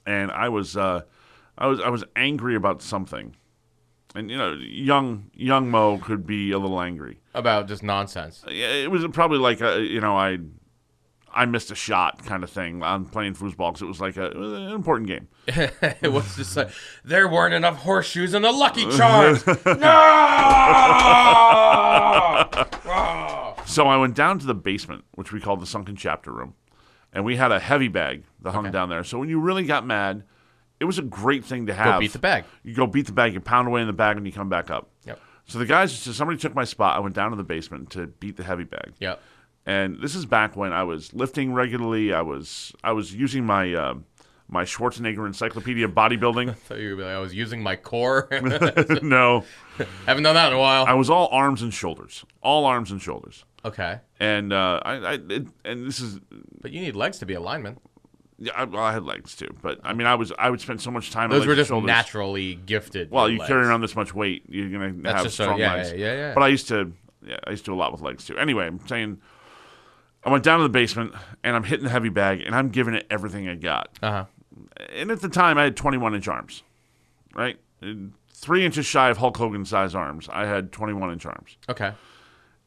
[SPEAKER 3] and I was uh, I was I was angry about something, and you know, young young Mo could be a little angry.
[SPEAKER 2] About just nonsense.
[SPEAKER 3] Yeah, it was probably like a you know I I missed a shot kind of thing on playing foosball because it was like a, it was an important game.
[SPEAKER 2] it was just like there weren't enough horseshoes in the Lucky Charms. no. Oh.
[SPEAKER 3] So I went down to the basement, which we called the sunken chapter room, and we had a heavy bag that hung down there. So when you really got mad, it was a great thing to have.
[SPEAKER 2] beat the bag.
[SPEAKER 3] You go beat the bag, you pound away in the bag, and you come back up.
[SPEAKER 2] Yep.
[SPEAKER 3] So the guys, so somebody took my spot. I went down to the basement to beat the heavy bag.
[SPEAKER 2] Yep.
[SPEAKER 3] And this is back when I was lifting regularly. I was I was using my uh, my Schwarzenegger Encyclopedia of Bodybuilding.
[SPEAKER 2] So you were like, I was using my core.
[SPEAKER 3] no,
[SPEAKER 2] Haven't done that in a while.
[SPEAKER 3] I was all arms and shoulders, all arms and shoulders.
[SPEAKER 2] okay.
[SPEAKER 3] And uh, I, I it, and this is
[SPEAKER 2] But you need legs to be a lineman.
[SPEAKER 3] Yeah, I, well, I had legs too, but I mean, I was I would spend so much time. on
[SPEAKER 2] Those
[SPEAKER 3] legs
[SPEAKER 2] were
[SPEAKER 3] and
[SPEAKER 2] just
[SPEAKER 3] shoulders.
[SPEAKER 2] naturally gifted.
[SPEAKER 3] Well, you
[SPEAKER 2] legs.
[SPEAKER 3] carry around this much weight, you're gonna have
[SPEAKER 2] just a-
[SPEAKER 3] strong
[SPEAKER 2] yeah,
[SPEAKER 3] legs.
[SPEAKER 2] yeah, yeah, yeah.
[SPEAKER 3] But I used to, yeah, I used to do a lot with legs too. Anyway, I'm saying, I went down to the basement and I'm hitting the heavy bag and I'm giving it everything I got.
[SPEAKER 2] Uh-huh.
[SPEAKER 3] And at the time, I had 21 inch arms, right? And Three inches shy of Hulk Hogan size arms. I had 21 inch arms,
[SPEAKER 2] Okay.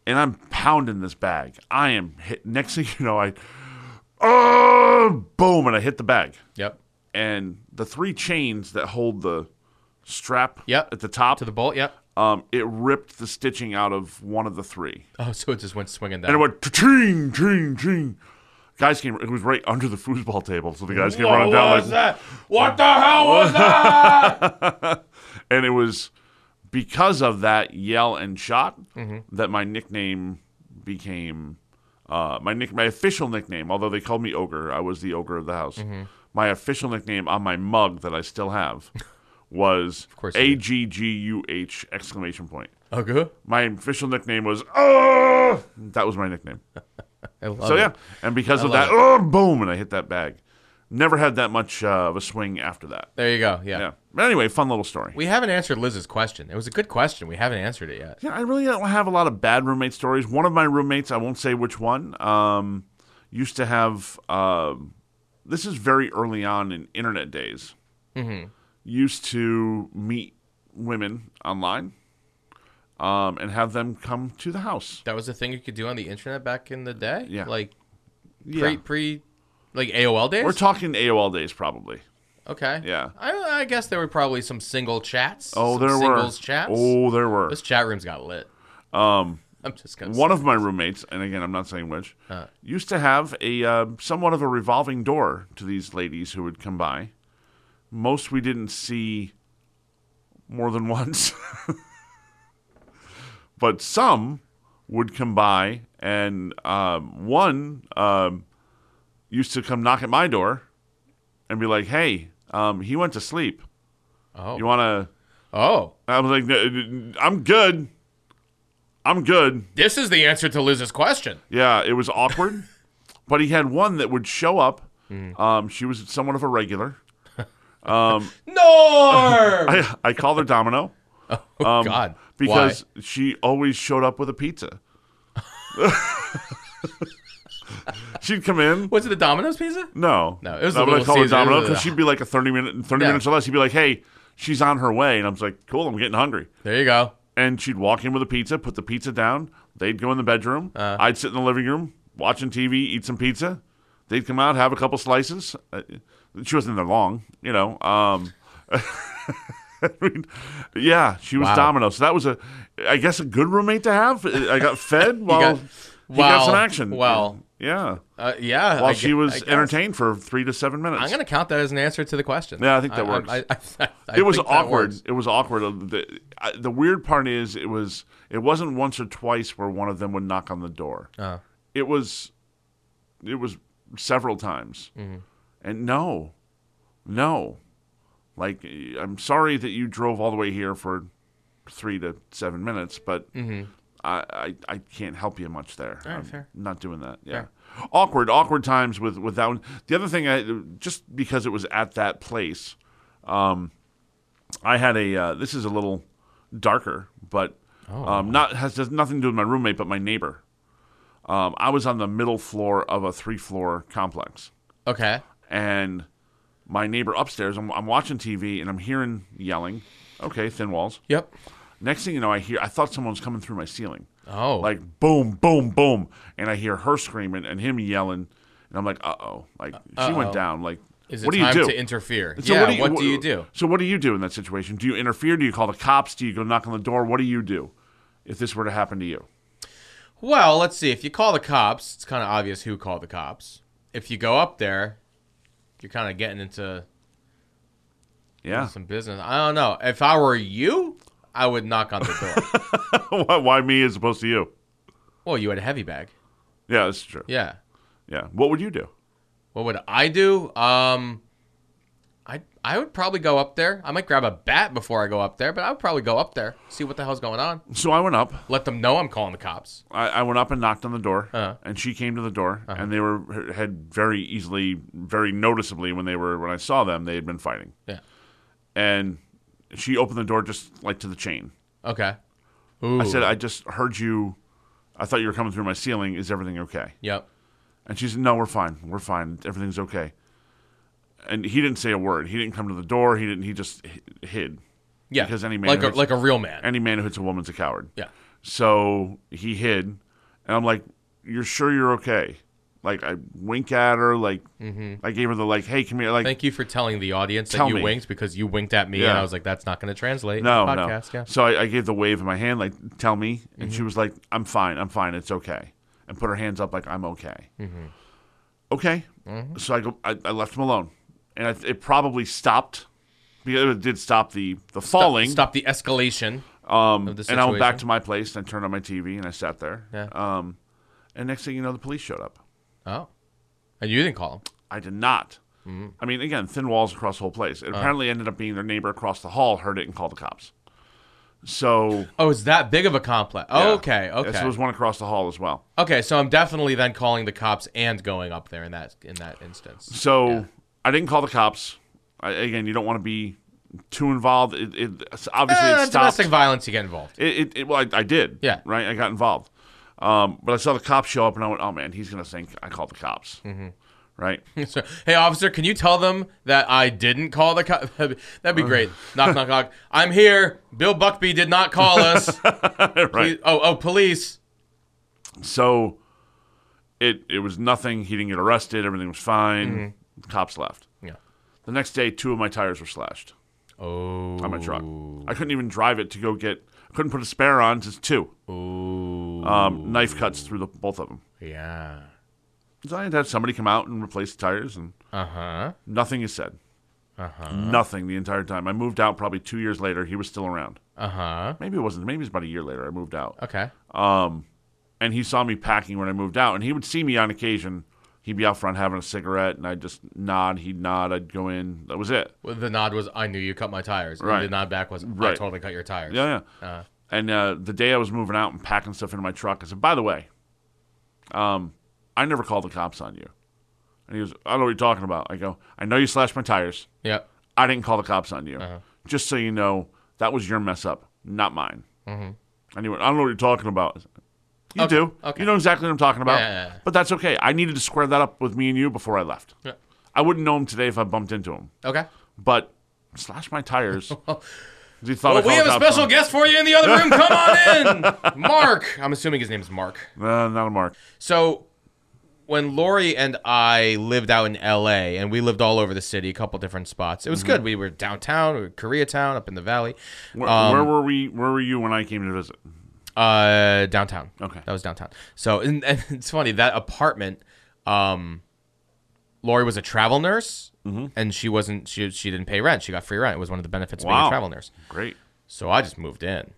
[SPEAKER 3] and I'm pounding this bag. I am hit. Next thing you know, I, oh, boom, and I hit the bag
[SPEAKER 2] Yep.
[SPEAKER 3] and the three chains that hold the strap
[SPEAKER 2] Yep.
[SPEAKER 3] at the top,
[SPEAKER 2] To the bolt. Yep.
[SPEAKER 3] um, it ripped the stitching out of one of the three.
[SPEAKER 2] Oh, so it just went swinging down.
[SPEAKER 3] And it went ching, ching, ching. Guys came, it was right under the foosball table. So the guys came running down. like,
[SPEAKER 2] that? What the hell was that?
[SPEAKER 3] And it was because of that yell and shot
[SPEAKER 2] Mm-hmm.
[SPEAKER 3] that my nickname became uh, my nick my official nickname. Although they called me ogre, I was the ogre of the house.
[SPEAKER 2] Mm-hmm.
[SPEAKER 3] My official nickname on my mug that I still have was
[SPEAKER 2] course
[SPEAKER 3] A
[SPEAKER 2] you
[SPEAKER 3] G G U H exclamation point.
[SPEAKER 2] okay.
[SPEAKER 3] My official nickname was oh. That was my nickname.
[SPEAKER 2] I love
[SPEAKER 3] So
[SPEAKER 2] it.
[SPEAKER 3] yeah, and because of that, oh, boom, and I hit that bag. Never had that much uh, of a swing after that.
[SPEAKER 2] There you go. Yeah.
[SPEAKER 3] Yeah. But anyway, fun little story.
[SPEAKER 2] We haven't answered Liz's question. It was a good question. We haven't answered it yet.
[SPEAKER 3] Yeah, I really don't have a lot of bad roommate stories. One of my roommates, I won't say which one, um, used to have. um this is very early on in internet days.
[SPEAKER 2] Mm-hmm.
[SPEAKER 3] Used to meet women online, um, and have them come to the house.
[SPEAKER 2] That was a thing you could do on the internet back in the day.
[SPEAKER 3] Yeah.
[SPEAKER 2] Like
[SPEAKER 3] Yeah,
[SPEAKER 2] pre pre, like AOL days.
[SPEAKER 3] we're talking AOL days, probably.
[SPEAKER 2] okay.
[SPEAKER 3] Yeah.
[SPEAKER 2] I, I guess there were probably some single chats.
[SPEAKER 3] Oh,
[SPEAKER 2] some
[SPEAKER 3] there
[SPEAKER 2] singles
[SPEAKER 3] were
[SPEAKER 2] chats.
[SPEAKER 3] Oh, there were.
[SPEAKER 2] Those chat rooms got lit. Um, I'm just gonna.
[SPEAKER 3] One
[SPEAKER 2] say.
[SPEAKER 3] of my roommates, and again, I'm not saying which, used to have a uh, somewhat of a revolving door to these ladies who would come by. Most we didn't see more than once, but some would come by, and um, one um, used to come knock at my door and be like, "Hey, um, he went to sleep.
[SPEAKER 2] Oh.
[SPEAKER 3] You want to?"
[SPEAKER 2] oh,
[SPEAKER 3] I was like, "No, "I'm good. I'm good."
[SPEAKER 2] this is the answer to Liz's question.
[SPEAKER 3] Yeah, it was awkward. but he had one that would show up.
[SPEAKER 2] Mm.
[SPEAKER 3] Um, she was somewhat of a regular.
[SPEAKER 2] No.
[SPEAKER 3] I, I called her Domino
[SPEAKER 2] oh God.
[SPEAKER 3] Um, because she always showed up with a pizza. she'd come in.
[SPEAKER 2] Why? was it the Domino's pizza?
[SPEAKER 3] No,
[SPEAKER 2] No, it was the
[SPEAKER 3] Not what I
[SPEAKER 2] Little
[SPEAKER 3] call her
[SPEAKER 2] Caesar. It
[SPEAKER 3] Domino
[SPEAKER 2] was
[SPEAKER 3] because
[SPEAKER 2] the-
[SPEAKER 3] she'd be like a thirty minute, thirty
[SPEAKER 2] Yeah.
[SPEAKER 3] minutes or less. She'd be like, "Hey, she's on her way," and I was like, "Cool, I'm getting hungry."
[SPEAKER 2] There you go.
[SPEAKER 3] and she'd walk in with a pizza, put the pizza down. They'd go in the bedroom.
[SPEAKER 2] Uh.
[SPEAKER 3] I'd sit in the living room watching TV, eat some pizza. They'd come out, have a couple slices. Uh, she wasn't there long, you know. Um, I mean, yeah, she was
[SPEAKER 2] Wow.
[SPEAKER 3] domino. So that was a, I guess, a good roommate to have. Uh, I got fed while
[SPEAKER 2] got-
[SPEAKER 3] he got some
[SPEAKER 2] Well,
[SPEAKER 3] action.
[SPEAKER 2] well.
[SPEAKER 3] yeah,
[SPEAKER 2] Uh, yeah.
[SPEAKER 3] while
[SPEAKER 2] I
[SPEAKER 3] she
[SPEAKER 2] gue-
[SPEAKER 3] was
[SPEAKER 2] I guess.
[SPEAKER 3] entertained for three to seven minutes.
[SPEAKER 2] I'm gonna count that as an answer to the question.
[SPEAKER 3] Yeah, I think that works. it was
[SPEAKER 2] think that
[SPEAKER 3] awkward.
[SPEAKER 2] works.
[SPEAKER 3] It was awkward. Uh, The, I- the weird part is it was it wasn't once or twice where one of them would knock on the door.
[SPEAKER 2] Uh-huh.
[SPEAKER 3] It was it was several times, and no, no, like eh, I'm sorry that you drove all the way here for three to seven minutes, but I, I I can't help you much there.
[SPEAKER 2] Mm-hmm. right,
[SPEAKER 3] I'm
[SPEAKER 2] fair.
[SPEAKER 3] Not doing that. Yeah. Awkward, awkward times with with that one. The other thing, I just because it was at that place. um, I had a. Uh, this is a little darker, but
[SPEAKER 2] Oh.
[SPEAKER 3] um, not has, has nothing to do with my roommate, but my neighbor. Um, I was on the middle floor of a three floor complex,
[SPEAKER 2] Okay.
[SPEAKER 3] and my neighbor upstairs. I'm, I'm watching TV and I'm hearing yelling. Okay, thin walls.
[SPEAKER 2] Yep.
[SPEAKER 3] Next thing you know, I hear. I thought someone was coming through my ceiling.
[SPEAKER 2] Oh.
[SPEAKER 3] Like boom, boom, boom, and I hear her screaming and him yelling, and I'm like, uh oh, like she went down. Like,
[SPEAKER 2] Is it
[SPEAKER 3] what do
[SPEAKER 2] time
[SPEAKER 3] you do
[SPEAKER 2] to interfere?
[SPEAKER 3] So
[SPEAKER 2] yeah.
[SPEAKER 3] what, do you,
[SPEAKER 2] do?
[SPEAKER 3] So what do you do in that situation? Do you interfere? Do you call the cops? Do you go knock on the door? What do you do if this were to happen to you?
[SPEAKER 2] Well, let's see. If you call the cops, it's kind of obvious who called the cops. If you go up there, you're kind of getting into
[SPEAKER 3] Yeah.
[SPEAKER 2] some business. I don't know. If I were you, I would knock on the door.
[SPEAKER 3] why, why me as opposed to you?
[SPEAKER 2] well, you had a heavy bag.
[SPEAKER 3] Yeah, that's true. Yeah.
[SPEAKER 2] Yeah.
[SPEAKER 3] What would you do?
[SPEAKER 2] What would I do? Um, I I would probably go up there. I might grab a bat before I go up there, but I would probably go up there, see what the hell's going on.
[SPEAKER 3] So I went up.
[SPEAKER 2] Let them know I'm calling the cops.
[SPEAKER 3] I, I went up and knocked on the door,
[SPEAKER 2] Uh-huh.
[SPEAKER 3] and she came to the door, and they were had very easily, very noticeably when they were when I saw them, they had been fighting,
[SPEAKER 2] Yeah.
[SPEAKER 3] and she opened the door just like to the chain.
[SPEAKER 2] Okay. Ooh.
[SPEAKER 3] I said, "I just heard you. I thought you were coming through my ceiling. Is everything okay?"
[SPEAKER 2] Yep.
[SPEAKER 3] And she said, "No, we're fine. We're fine. Everything's okay." And he didn't say a word. He didn't come to the door. He didn't. He just hi- hid.
[SPEAKER 2] Yeah.
[SPEAKER 3] Because any man
[SPEAKER 2] like a,
[SPEAKER 3] hurts-
[SPEAKER 2] like a real man.
[SPEAKER 3] Any man who hits a woman's a coward.
[SPEAKER 2] yeah.
[SPEAKER 3] So he hid, and I'm like, "You're sure you're okay?" Like I wink at her, like I gave her the like, "Hey, come here." Like
[SPEAKER 2] Mm-hmm. Thank you for telling the audience
[SPEAKER 3] Tell
[SPEAKER 2] that you
[SPEAKER 3] me.
[SPEAKER 2] winked because you winked at me
[SPEAKER 3] Yeah.
[SPEAKER 2] and I was like, that's not going to translate. in
[SPEAKER 3] no,
[SPEAKER 2] the
[SPEAKER 3] no.
[SPEAKER 2] podcast. Yeah. Mm-hmm.
[SPEAKER 3] So I, I gave the wave in my hand, like, "Tell me," and she was like, "I'm fine. I'm fine. It's okay," and put her hands up, like, "I'm okay."
[SPEAKER 2] Mm-hmm.
[SPEAKER 3] Okay. So I go. I, I left him alone, and I, it probably stopped. Because it did stop the the falling.
[SPEAKER 2] Stop the escalation.
[SPEAKER 3] Um,
[SPEAKER 2] of the
[SPEAKER 3] and I went back
[SPEAKER 2] situation.
[SPEAKER 3] to my place and I turned on my TV and I sat there.
[SPEAKER 2] Yeah.
[SPEAKER 3] Um, and next thing you know, the police showed up.
[SPEAKER 2] Oh. And you didn't call him.
[SPEAKER 3] I did not.
[SPEAKER 2] Mm-hmm.
[SPEAKER 3] I mean, again, thin walls across the whole place.
[SPEAKER 2] Uh.
[SPEAKER 3] It apparently ended up being their neighbor across the hall heard it and called the cops. So
[SPEAKER 2] Oh, it's that big of a complex. Oh,
[SPEAKER 3] yeah.
[SPEAKER 2] okay.
[SPEAKER 3] Yeah,
[SPEAKER 2] Okay.
[SPEAKER 3] So there was one across the hall as well.
[SPEAKER 2] Okay, so I'm definitely then calling the cops and going up there in that in that instance.
[SPEAKER 3] So I didn't call the cops. I, again, you don't want to be too involved. It, it obviously
[SPEAKER 2] Eh,
[SPEAKER 3] it stopped.
[SPEAKER 2] domestic violence, you get involved.
[SPEAKER 3] It, it, it well, I, I did.
[SPEAKER 2] Yeah.
[SPEAKER 3] Right. I got involved. Um, but I saw the cops show up and I went, oh man, he's gonna think I called the cops. Mm-hmm. Right.
[SPEAKER 2] So, hey, officer, can you tell them that I didn't call the cops? That'd be
[SPEAKER 3] Uh.
[SPEAKER 2] great. knock, knock, knock. I'm here. Bill Buckby did not call us. Please- oh, oh, police.
[SPEAKER 3] So it it was nothing. He didn't get arrested. Everything was fine.
[SPEAKER 2] Mm-hmm.
[SPEAKER 3] Cops left.
[SPEAKER 2] Yeah.
[SPEAKER 3] The next day, two of my tires were slashed
[SPEAKER 2] Oh.
[SPEAKER 3] on my truck. I couldn't even drive it to go get. I couldn't put a spare on. Just two.
[SPEAKER 2] Ooh.
[SPEAKER 3] Um, knife cuts through the both of them.
[SPEAKER 2] Yeah.
[SPEAKER 3] So I had to have somebody come out and replace the tires, and
[SPEAKER 2] Uh huh.
[SPEAKER 3] nothing is said. Uh-huh. Nothing the entire time. I moved out probably two years later. He was still around.
[SPEAKER 2] Uh huh.
[SPEAKER 3] Maybe it wasn't. Maybe it was about a year later. I moved out.
[SPEAKER 2] Okay.
[SPEAKER 3] and he saw me packing when I moved out, and he would see me on occasion. He'd be out front having a cigarette, and I'd just nod. He'd nod. I'd go in. That was it.
[SPEAKER 2] Well, the nod was, I knew you cut my tires. And
[SPEAKER 3] Right.
[SPEAKER 2] The nod back was, I
[SPEAKER 3] Right.
[SPEAKER 2] totally cut your tires.
[SPEAKER 3] Yeah, yeah. and uh, the day I was moving out and packing stuff into my truck, I said, "By the way, um, I never called the cops on you." And he goes, "I don't know what you're talking about." I go, "I know you slashed my tires.
[SPEAKER 2] Yep.
[SPEAKER 3] I didn't call the cops on you.
[SPEAKER 2] Uh-huh.
[SPEAKER 3] Just so you know, that was your mess up, not mine." Mm-hmm. And he went, "I don't know what you're talking about." I said, You
[SPEAKER 2] Okay,
[SPEAKER 3] do.
[SPEAKER 2] okay.
[SPEAKER 3] You know exactly what I'm talking about.
[SPEAKER 2] Yeah, yeah, yeah.
[SPEAKER 3] But that's okay. I needed to square that up with me and you before I left.
[SPEAKER 2] Yeah.
[SPEAKER 3] I wouldn't know him today if I bumped into him.
[SPEAKER 2] Okay.
[SPEAKER 3] But slash my tires. he thought I
[SPEAKER 2] Well,
[SPEAKER 3] called
[SPEAKER 2] we have
[SPEAKER 3] the
[SPEAKER 2] a
[SPEAKER 3] cops
[SPEAKER 2] special
[SPEAKER 3] on-
[SPEAKER 2] guest for you in the other room. Come on in, Mark. I'm assuming his name is Mark.
[SPEAKER 3] Uh, not a mark.
[SPEAKER 2] So, when Lori and I lived out in L.A. and we lived all over the city, a couple different spots. It
[SPEAKER 3] Mm-hmm.
[SPEAKER 2] was good. We were downtown, we were Koreatown, up in the valley,
[SPEAKER 3] Where,
[SPEAKER 2] Um,
[SPEAKER 3] where were we? Where were you when I came to visit?
[SPEAKER 2] uh, downtown.
[SPEAKER 3] Okay.
[SPEAKER 2] that was downtown. So, and, and it's funny that apartment. Um, Lori was a travel nurse,
[SPEAKER 3] Mm-hmm.
[SPEAKER 2] and she wasn't. She she didn't pay rent. She got free rent. It was one of the benefits of being
[SPEAKER 3] Wow.
[SPEAKER 2] a travel nurse.
[SPEAKER 3] Great.
[SPEAKER 2] So I just moved in.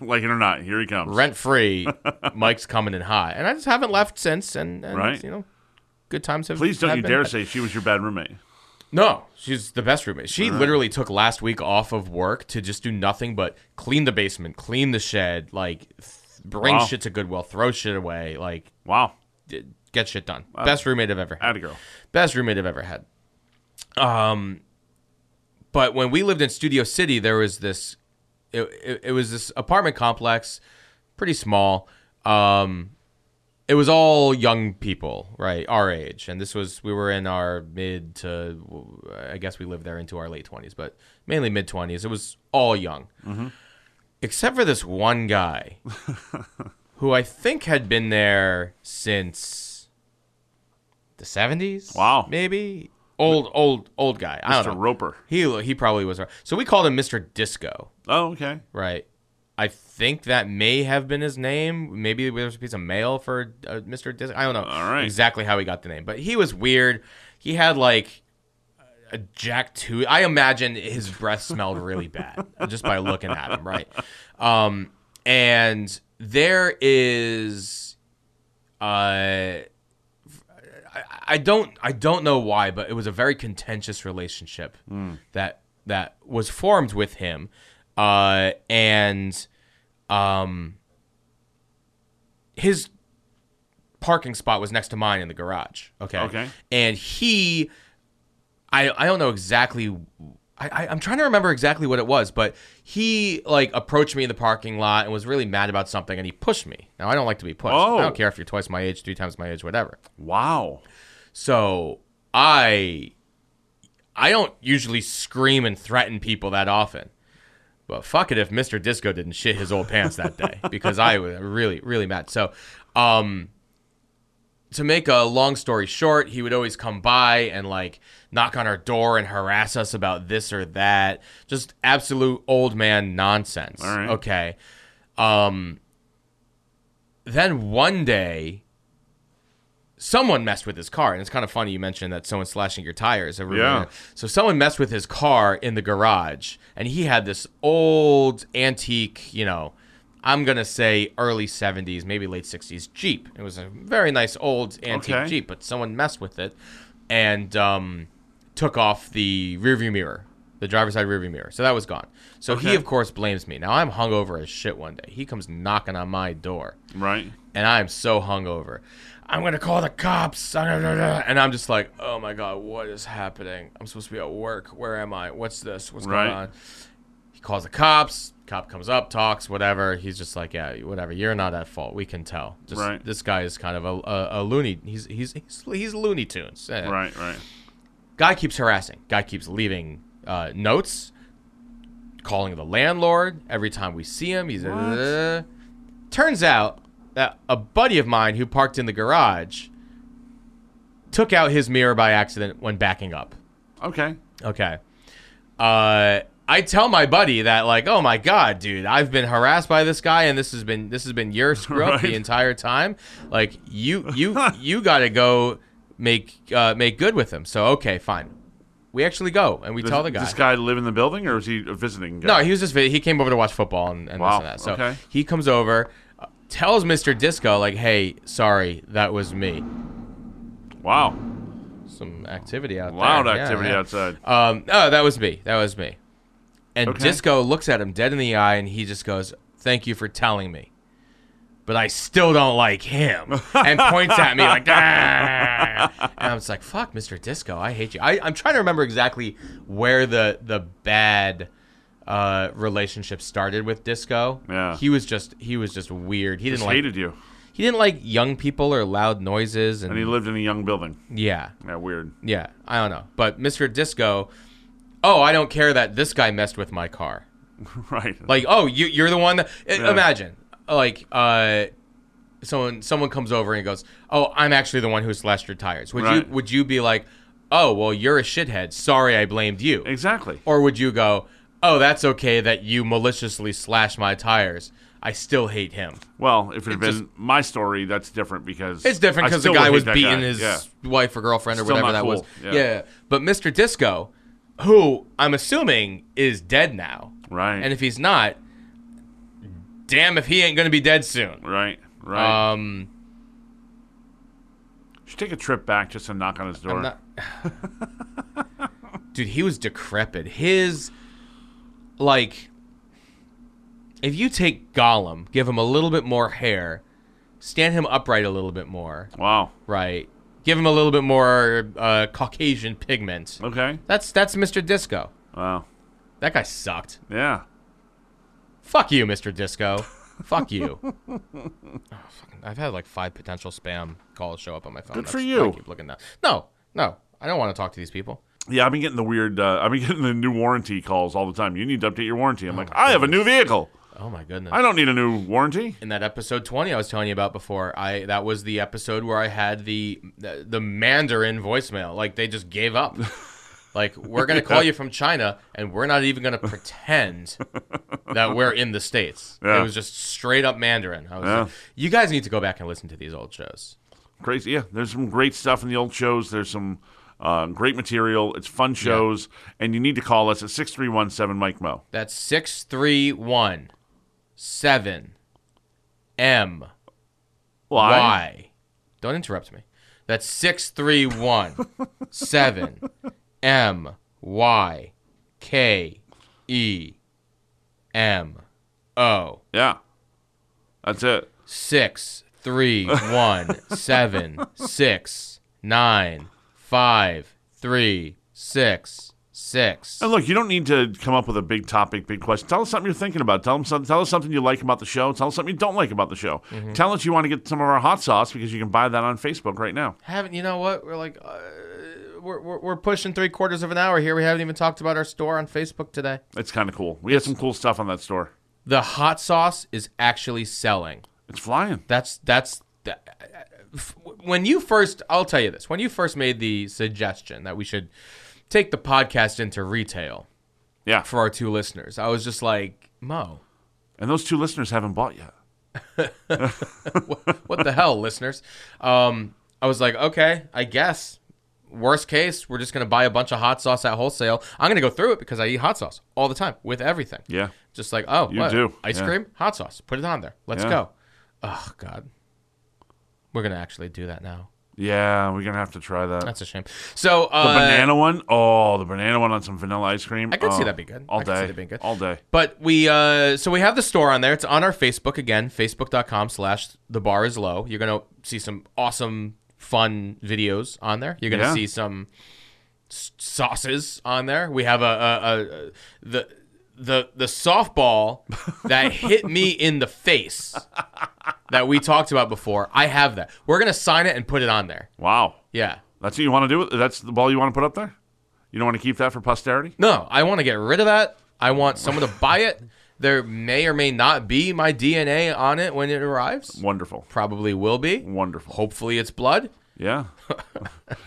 [SPEAKER 3] like it or not, here he comes.
[SPEAKER 2] rent free. Mike's coming in hot, and I just haven't left since. And, and
[SPEAKER 3] Right.
[SPEAKER 2] you know, good times have.
[SPEAKER 3] Please don't
[SPEAKER 2] have
[SPEAKER 3] you
[SPEAKER 2] been
[SPEAKER 3] dare
[SPEAKER 2] had.
[SPEAKER 3] say she was your bad roommate.
[SPEAKER 2] No, she's the best roommate. She literally took last week off of work to just do nothing but clean the basement, clean the shed, like th- bring
[SPEAKER 3] Wow.
[SPEAKER 2] shit to Goodwill, throw shit away, like
[SPEAKER 3] Wow.
[SPEAKER 2] d- get shit done. best roommate I've ever had
[SPEAKER 3] Atta girl.
[SPEAKER 2] best roommate I've ever had. Um, but when we lived in Studio City, there was this, it, it, it was this apartment complex, pretty small. Um, it was all young people, right, our age, and this was we were in our mid to, I guess we lived there into our late twenties, but mainly mid twenties. It was all young, except for this one guy, who I think had been there since the seventies.
[SPEAKER 3] Wow.
[SPEAKER 2] maybe old, old, old guy. I
[SPEAKER 3] Mr.
[SPEAKER 2] don't know.
[SPEAKER 3] Roper.
[SPEAKER 2] He he probably was. So we called him Mister Disco,
[SPEAKER 3] Oh, okay.
[SPEAKER 2] right? I think that may have been his name. Maybe there was a piece of mail for uh, Mr. Disney. I don't know
[SPEAKER 3] All right.
[SPEAKER 2] exactly how he got the name, but he was weird. He had like a Jack Two. I imagine his breath smelled really bad just by looking at him, right? Um, and there is, uh, I don't I don't know why, but it was a very contentious relationship that that was formed with him, uh, and um, his parking spot was next to mine in the garage. Okay.
[SPEAKER 3] Okay.
[SPEAKER 2] And he, I I don't know exactly. I, I I'm trying to remember exactly what it was, but he like approached me in the parking lot and was really mad about something, and he pushed me. Now I don't like to be pushed.
[SPEAKER 3] Oh.
[SPEAKER 2] I don't care if you're twice my age, three times my age, whatever.
[SPEAKER 3] Wow.
[SPEAKER 2] So I I don't usually scream and threaten people that often. But fuck it if Mr. Disco didn't shit his old pants that day because I was really really mad. So um to make a long story short, he would always come by and like knock on our door and harass us about this or that. Just absolute old man nonsense.
[SPEAKER 3] All right.
[SPEAKER 2] Okay. Um then one day someone messed with his car and it's kind of funny you mentioned that someone slashing your tires over
[SPEAKER 3] Yeah.
[SPEAKER 2] so someone messed with his car in the garage and he had this old antique you know i'm gonna say early 70s maybe late 60s jeep it was a very nice old antique
[SPEAKER 3] Okay.
[SPEAKER 2] jeep but someone messed with it and um, took off the rearview mirror the driver's side rearview mirror so that was gone so he
[SPEAKER 3] Okay.
[SPEAKER 2] of course blames me now i'm hungover as shit one day he comes knocking on my door
[SPEAKER 3] Right.
[SPEAKER 2] and I'm so hungover. I'm gonna call the cops, and I'm just like, oh my god, what is happening? I'm supposed to be at work. Where am I? What's this? What's
[SPEAKER 3] Right.
[SPEAKER 2] going on? He calls the cops. Cop comes up, talks, whatever. He's just like, yeah, whatever. You're not at fault. We can tell. Just,
[SPEAKER 3] Right.
[SPEAKER 2] This guy is kind of a, a, a loony. He's he's he's, he's Looney Tunes. Eh.
[SPEAKER 3] Right. Right.
[SPEAKER 2] Guy keeps harassing. Guy keeps leaving uh, notes, calling the landlord every time we see him. He's uh, turns out that a buddy of mine who parked in the garage took out his mirror by accident when backing up.
[SPEAKER 3] Okay.
[SPEAKER 2] Okay. Uh, I tell my buddy that like, oh my god, dude, I've been harassed by this guy, and this has been this has been your screw up
[SPEAKER 3] Right.
[SPEAKER 2] the entire time. Like you you you got to go make uh, make good with him. So okay, fine. We actually go and we
[SPEAKER 3] Does
[SPEAKER 2] tell the guy.
[SPEAKER 3] This guy live in the building, or is he a visiting? Guy?
[SPEAKER 2] No, he was just vi- he came over to watch football and, and this
[SPEAKER 3] Wow,
[SPEAKER 2] and that. So
[SPEAKER 3] okay.
[SPEAKER 2] he comes over, uh, tells Mr. Disco like, "Hey, sorry, that was me."
[SPEAKER 3] Wow.
[SPEAKER 2] Some activity out
[SPEAKER 3] Loud
[SPEAKER 2] there. Yeah,
[SPEAKER 3] activity
[SPEAKER 2] yeah.
[SPEAKER 3] outside.
[SPEAKER 2] Um, oh, that was me. That was me. And
[SPEAKER 3] Okay.
[SPEAKER 2] Disco looks at him dead in the eye, and he just goes, "Thank you for telling me." But I still don't like him, and points at me like, "Ah." and I'm just like, "Fuck, Mr. Disco, I hate you." I, I'm trying to remember exactly where the the bad uh, relationship started with Disco.
[SPEAKER 3] Yeah.
[SPEAKER 2] he was just he was just weird. He didn't
[SPEAKER 3] Just
[SPEAKER 2] like
[SPEAKER 3] hated you,
[SPEAKER 2] he didn't like young people or loud noises, and,
[SPEAKER 3] and he lived in a young building.
[SPEAKER 2] yeah,
[SPEAKER 3] Yeah, weird.
[SPEAKER 2] yeah, I don't know. But Mr. Disco, oh, I don't care that this guy messed with my car.
[SPEAKER 3] right.
[SPEAKER 2] Like, oh, you, you're the one that. i-
[SPEAKER 3] Yeah.
[SPEAKER 2] Imagine, like, uh, someone someone comes over and goes, oh, I'm actually the one who slashed your tires. Would
[SPEAKER 3] Right.
[SPEAKER 2] you would you be like, oh, well, you're a shithead. Sorry, I blamed you.
[SPEAKER 3] exactly.
[SPEAKER 2] Or would you go, oh, that's okay that you maliciously slashed my tires. I still hate him.
[SPEAKER 3] Well, if it
[SPEAKER 2] It
[SPEAKER 3] had been my story, that's different because
[SPEAKER 2] It's different
[SPEAKER 3] I
[SPEAKER 2] because the
[SPEAKER 3] still would
[SPEAKER 2] guy
[SPEAKER 3] hate
[SPEAKER 2] was
[SPEAKER 3] that
[SPEAKER 2] beating
[SPEAKER 3] guy.
[SPEAKER 2] his
[SPEAKER 3] Yeah.
[SPEAKER 2] wife or girlfriend or
[SPEAKER 3] Still
[SPEAKER 2] whatever
[SPEAKER 3] not
[SPEAKER 2] that was.
[SPEAKER 3] cool. Yeah.
[SPEAKER 2] Yeah. But Mr. Disco, who I'm assuming is dead now.
[SPEAKER 3] Right.
[SPEAKER 2] And if he's not, damn if he ain't going to be dead soon.
[SPEAKER 3] Right. Right.
[SPEAKER 2] Um,
[SPEAKER 3] Should take a trip back just to knock on his door.
[SPEAKER 2] I'm not. Dude, he was decrepit. His, like, if you take Gollum, give him a little bit more hair, stand him upright a little bit more,
[SPEAKER 3] wow.
[SPEAKER 2] right? Give him a little bit more uh, Caucasian pigment.
[SPEAKER 3] Okay.
[SPEAKER 2] That's that's Mr. Disco.
[SPEAKER 3] Wow.
[SPEAKER 2] That guy sucked.
[SPEAKER 3] Yeah.
[SPEAKER 2] Fuck you, Mr. Disco. Fuck you. Oh, fucking, I've had like five potential spam calls show up on my phone.
[SPEAKER 3] Good for
[SPEAKER 2] That's-
[SPEAKER 3] you.
[SPEAKER 2] I keep looking now. No, no, I don't want to talk to these people.
[SPEAKER 3] Yeah, I've been getting the weird. Uh, I've been getting the new warranty calls all the time. You need to update your warranty. I'm like, I have a new vehicle.
[SPEAKER 2] Oh my goodness.
[SPEAKER 3] I don't need a new warranty.
[SPEAKER 2] in that episode 20 I was telling you about before, I that was the episode where I had the the, the Mandarin voicemail. Like they just gave up. Like we're gonna call you from China, and we're not even gonna pretend that we're in the states.
[SPEAKER 3] Yeah.
[SPEAKER 2] It was just straight up Mandarin. I was
[SPEAKER 3] Yeah.
[SPEAKER 2] like, you guys need to go back and listen to these old shows.
[SPEAKER 3] crazy. Yeah, there's some great stuff in the old shows. There's some uh, great material. It's fun shows, and you need to call us at six three one seven Mike Mo.
[SPEAKER 2] That's six three one seven M
[SPEAKER 3] Why?
[SPEAKER 2] Y. Don't interrupt me. That's six three one seven M Y K E M O.
[SPEAKER 3] Yeah, that's it.
[SPEAKER 2] six three one seven six nine five three six six.
[SPEAKER 3] And look, you don't need to come up with a big topic, big question. Tell us something you're thinking about. Tell, them some, tell us something you like about the show. Tell us something you don't like about the show.
[SPEAKER 2] Mm-hmm.
[SPEAKER 3] Tell us you want to get some of our hot sauce because you can buy that on Facebook right now.
[SPEAKER 2] Haven't you know what? We're like, uh, we're, we're we're pushing three quarters of an hour here. We haven't even talked about our store on Facebook today.
[SPEAKER 3] It's kind of cool. We had some cool stuff on that store.
[SPEAKER 2] The hot sauce is actually selling.
[SPEAKER 3] It's flying.
[SPEAKER 2] That's that's that, f- when you first. I'll tell you this. When you first made the suggestion that we should take the podcast into retail
[SPEAKER 3] Yeah.
[SPEAKER 2] for our two listeners, I was just like, Mo,
[SPEAKER 3] And those two listeners haven't bought yet.
[SPEAKER 2] what the hell, listeners? Um, I was like, okay, I guess. Worst case, we're just gonna buy a bunch of hot sauce at wholesale. I'm gonna go through it because I eat hot sauce all the time with everything.
[SPEAKER 3] Yeah.
[SPEAKER 2] Just like, oh,
[SPEAKER 3] You
[SPEAKER 2] what?
[SPEAKER 3] do,
[SPEAKER 2] ice
[SPEAKER 3] yeah.
[SPEAKER 2] cream, hot sauce. Put it on there. Let's
[SPEAKER 3] Yeah.
[SPEAKER 2] go. Oh God, we're gonna actually do that now.
[SPEAKER 3] Yeah, we're going to have to try that.
[SPEAKER 2] That's a shame. So
[SPEAKER 3] the
[SPEAKER 2] uh,
[SPEAKER 3] banana one? Oh, the banana one on some vanilla ice cream.
[SPEAKER 2] I could see
[SPEAKER 3] Oh,
[SPEAKER 2] that be good.
[SPEAKER 3] All
[SPEAKER 2] I
[SPEAKER 3] day.
[SPEAKER 2] could see that being good.
[SPEAKER 3] All day.
[SPEAKER 2] But we uh so we have the store on there. It's on our Facebook again, facebook.com slash the bar is low. You're gonna see some awesome fun videos on there. You're gonna
[SPEAKER 3] Yeah.
[SPEAKER 2] see some s- sauces on there. We have a, a, a, a the the the softball that hit me in the face that we talked about before. I have that. We're gonna sign it and put it on there.
[SPEAKER 3] Wow.
[SPEAKER 2] Yeah.
[SPEAKER 3] That's what you want to do? with- That's the ball you want to put up there? You don't want to keep that for posterity?
[SPEAKER 2] No, I want to get rid of that. I want someone to buy it. There may or may not be my DNA on it when it arrives.
[SPEAKER 3] Wonderful.
[SPEAKER 2] Probably will be.
[SPEAKER 3] Wonderful.
[SPEAKER 2] Hopefully, it's blood.
[SPEAKER 3] Yeah.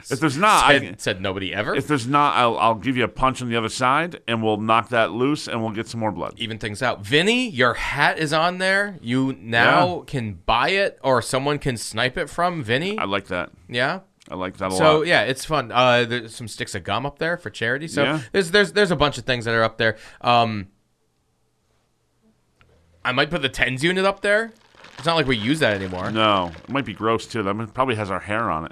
[SPEAKER 3] if there's not, I,
[SPEAKER 2] Said, said nobody ever.
[SPEAKER 3] If there's not, I'll, I'll give you a punch on the other side, and we'll knock that loose, and we'll get some more blood.
[SPEAKER 2] Even things out. Vinny, your hat is on there. You now can buy it, or someone can snipe it from Vinny.
[SPEAKER 3] I like that.
[SPEAKER 2] yeah.
[SPEAKER 3] I like that a
[SPEAKER 2] So
[SPEAKER 3] lot.
[SPEAKER 2] yeah, it's fun. Uh, there's some sticks of gum up there for charity. So
[SPEAKER 3] Yeah.
[SPEAKER 2] there's there's there's a bunch of things that are up there. Um, I might put the tens unit up there. It's not like we use that anymore.
[SPEAKER 3] No, it might be gross too. That one probably has our hair on it.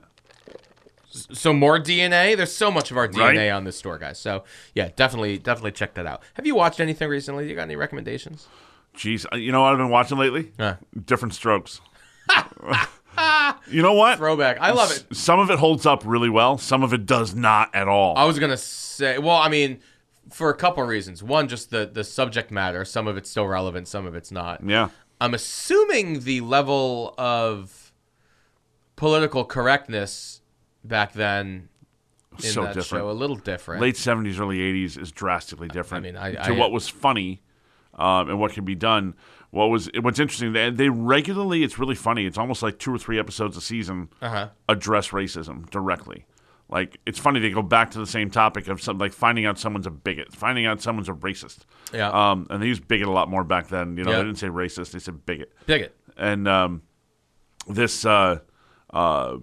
[SPEAKER 2] So more DNA. There's so much of our DNA
[SPEAKER 3] Right.
[SPEAKER 2] on this store, guys. So yeah, definitely definitely check that out. Have you watched anything recently? You got any recommendations?
[SPEAKER 3] Jeez, uh, you know what I've been watching lately?
[SPEAKER 2] Huh.
[SPEAKER 3] Different Strokes. you know what?
[SPEAKER 2] Throwback. I love it.
[SPEAKER 3] S- Some of it holds up really well. Some of it does not at all.
[SPEAKER 2] I was gonna say, well, I mean, for a couple reasons. One, just the the subject matter. Some of it's still relevant, some of it's not.
[SPEAKER 3] yeah.
[SPEAKER 2] I'm assuming the level of political correctness back then in
[SPEAKER 3] So
[SPEAKER 2] that
[SPEAKER 3] different.
[SPEAKER 2] show a little different.
[SPEAKER 3] Late seventies, early eighties is drastically different.
[SPEAKER 2] I mean, I-
[SPEAKER 3] to
[SPEAKER 2] I-
[SPEAKER 3] what was funny um, and what could be done. What was what's interesting? They, they regularly, it's really funny. It's almost like two or three episodes a season
[SPEAKER 2] Uh-huh.
[SPEAKER 3] address racism directly. Like it's funny they go back to the same topic of some like finding out someone's a bigot, finding out someone's a racist.
[SPEAKER 2] Yeah.
[SPEAKER 3] Um, and they used bigot a lot more back then. You know,
[SPEAKER 2] Yeah.
[SPEAKER 3] they didn't say racist; they said bigot
[SPEAKER 2] Dig it.
[SPEAKER 3] and um, this uh, uh,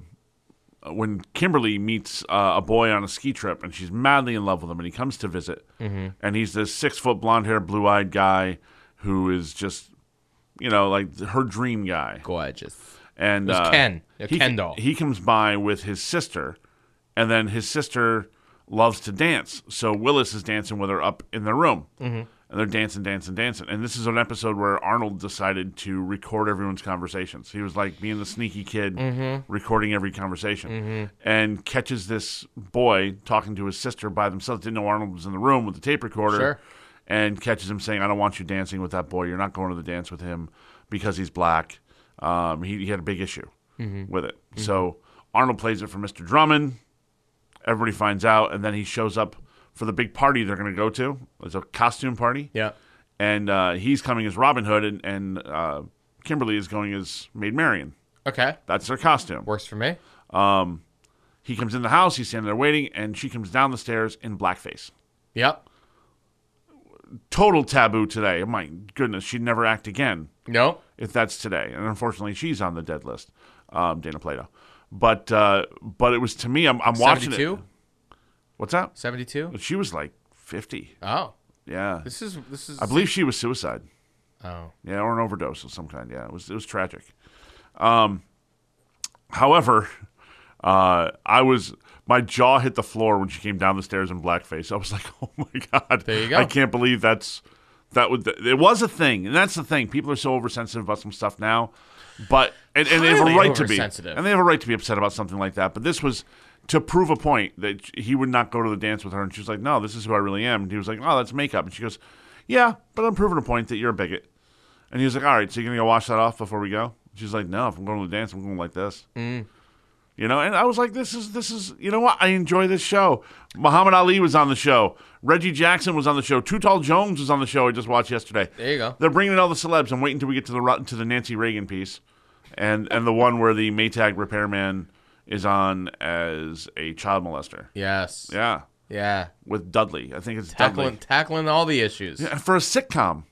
[SPEAKER 3] when Kimberly meets uh, a boy on a ski trip, and she's madly in love with him, and he comes to visit, and he's this six foot blonde haired, blue eyed guy who is just, you know, like her dream guy.
[SPEAKER 2] Gorgeous.
[SPEAKER 3] And
[SPEAKER 2] was
[SPEAKER 3] uh,
[SPEAKER 2] Ken, a
[SPEAKER 3] he,
[SPEAKER 2] Ken doll.
[SPEAKER 3] He comes by with his sister, and then his sister loves to dance. So Willis is dancing with her up in their room. Mm-hmm. And they're dancing, dancing, dancing. And this is an episode where Arnold decided to record everyone's conversations. He was like being the sneaky kid,
[SPEAKER 2] Mm-hmm.
[SPEAKER 3] recording every conversation, and catches this boy talking to his sister by themselves. Didn't know Arnold was in the room with the tape recorder
[SPEAKER 2] Sure.
[SPEAKER 3] and catches him saying, "I don't want you dancing with that boy. You're not going to the dance with him because he's black." Um, he, he had a big issue with it. So Arnold plays it for Mr. Drummond. Everybody finds out, and then he shows up for the big party they're going to go to. It's a costume party.
[SPEAKER 2] Yeah.
[SPEAKER 3] and uh, he's coming as Robin Hood, and, and uh, Kimberly is going as Maid Marian.
[SPEAKER 2] Okay.
[SPEAKER 3] That's their costume.
[SPEAKER 2] Works for me.
[SPEAKER 3] He comes in the house. He's standing there waiting, and she comes down the stairs in blackface.
[SPEAKER 2] Yep.
[SPEAKER 3] Total taboo today. Oh My goodness, she'd never act again
[SPEAKER 2] No.
[SPEAKER 3] if that's today. And unfortunately, she's on the dead list, um, Dana Plato. But uh, but it was to me. I'm, I'm watching it.
[SPEAKER 2] 72?
[SPEAKER 3] What's that?
[SPEAKER 2] 72?
[SPEAKER 3] She was like 50.
[SPEAKER 2] Oh.
[SPEAKER 3] Yeah,
[SPEAKER 2] This is this is
[SPEAKER 3] I believe she was suicide.
[SPEAKER 2] Oh.
[SPEAKER 3] Yeah, or an overdose of some kind. Yeah, it was it was tragic. Um, however, uh, I was my jaw hit the floor when she came down the stairs in blackface. I was like, oh my god,
[SPEAKER 2] There you go.
[SPEAKER 3] I can't believe that's that would it was a thing, and that's the thing. People are so oversensitive about some stuff now, but and, and they have a
[SPEAKER 2] Highly
[SPEAKER 3] right to be,
[SPEAKER 2] oversensitive.
[SPEAKER 3] and they have a right to be upset about something like that. But this was. To prove a point that he would not go to the dance with her, and she was like, "No, this is who I really am." And he was like, "Oh, that's makeup," and she goes, "Yeah, but I'm proving a point that you're a bigot." And he was like, "All right, so you're gonna go wash that off before we go?" She's like, "No, if I'm going to the dance, I'm going like this." You know, and I was like, "This is this is you know what? I enjoy this show." Muhammad Ali was on the show. Reggie Jackson was on the show. Too Tall Jones was on the show. I just watched yesterday.
[SPEAKER 2] There you go.
[SPEAKER 3] They're bringing in all the celebs. I'm waiting until we get to the Ro- to the Nancy Reagan piece, and and the one where the Maytag repairman is on as a child molester.
[SPEAKER 2] Yes.
[SPEAKER 3] Yeah,
[SPEAKER 2] Yeah.
[SPEAKER 3] with Dudley. I think it's
[SPEAKER 2] Tackling
[SPEAKER 3] Dudley.
[SPEAKER 2] tackling all the issues.
[SPEAKER 3] And for a sitcom,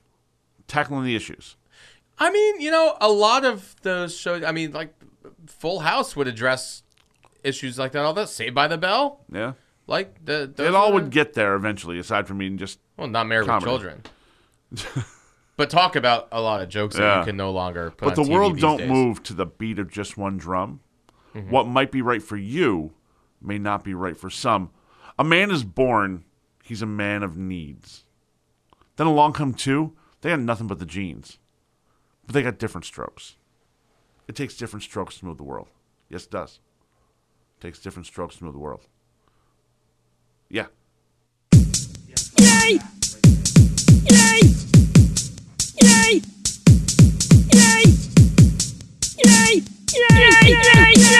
[SPEAKER 3] tackling the issues.
[SPEAKER 2] I mean, you know, a lot of those shows. I mean, like Full House would address issues like that. All that Saved by the Bell,
[SPEAKER 3] Yeah.
[SPEAKER 2] like the those
[SPEAKER 3] It all
[SPEAKER 2] are-
[SPEAKER 3] would get there eventually, aside from being just
[SPEAKER 2] Well, not married with
[SPEAKER 3] comedy.
[SPEAKER 2] children, but talk about a lot of jokes that
[SPEAKER 3] Yeah.
[SPEAKER 2] you can no longer. Put
[SPEAKER 3] but the
[SPEAKER 2] on TV
[SPEAKER 3] world
[SPEAKER 2] these
[SPEAKER 3] don't
[SPEAKER 2] days. Mm-hmm.
[SPEAKER 3] move to the beat of just one drum. What might be right for you may not be right for some. A man is born, he's a man of needs. Then along come two, they got nothing but the genes. But they got different strokes. It takes different strokes to move the world. Yes, it does. It takes different strokes to move the world. Yeah.
[SPEAKER 1] Yay! Yay! Yay! Yay! Yay! Yay! Yay! Yay!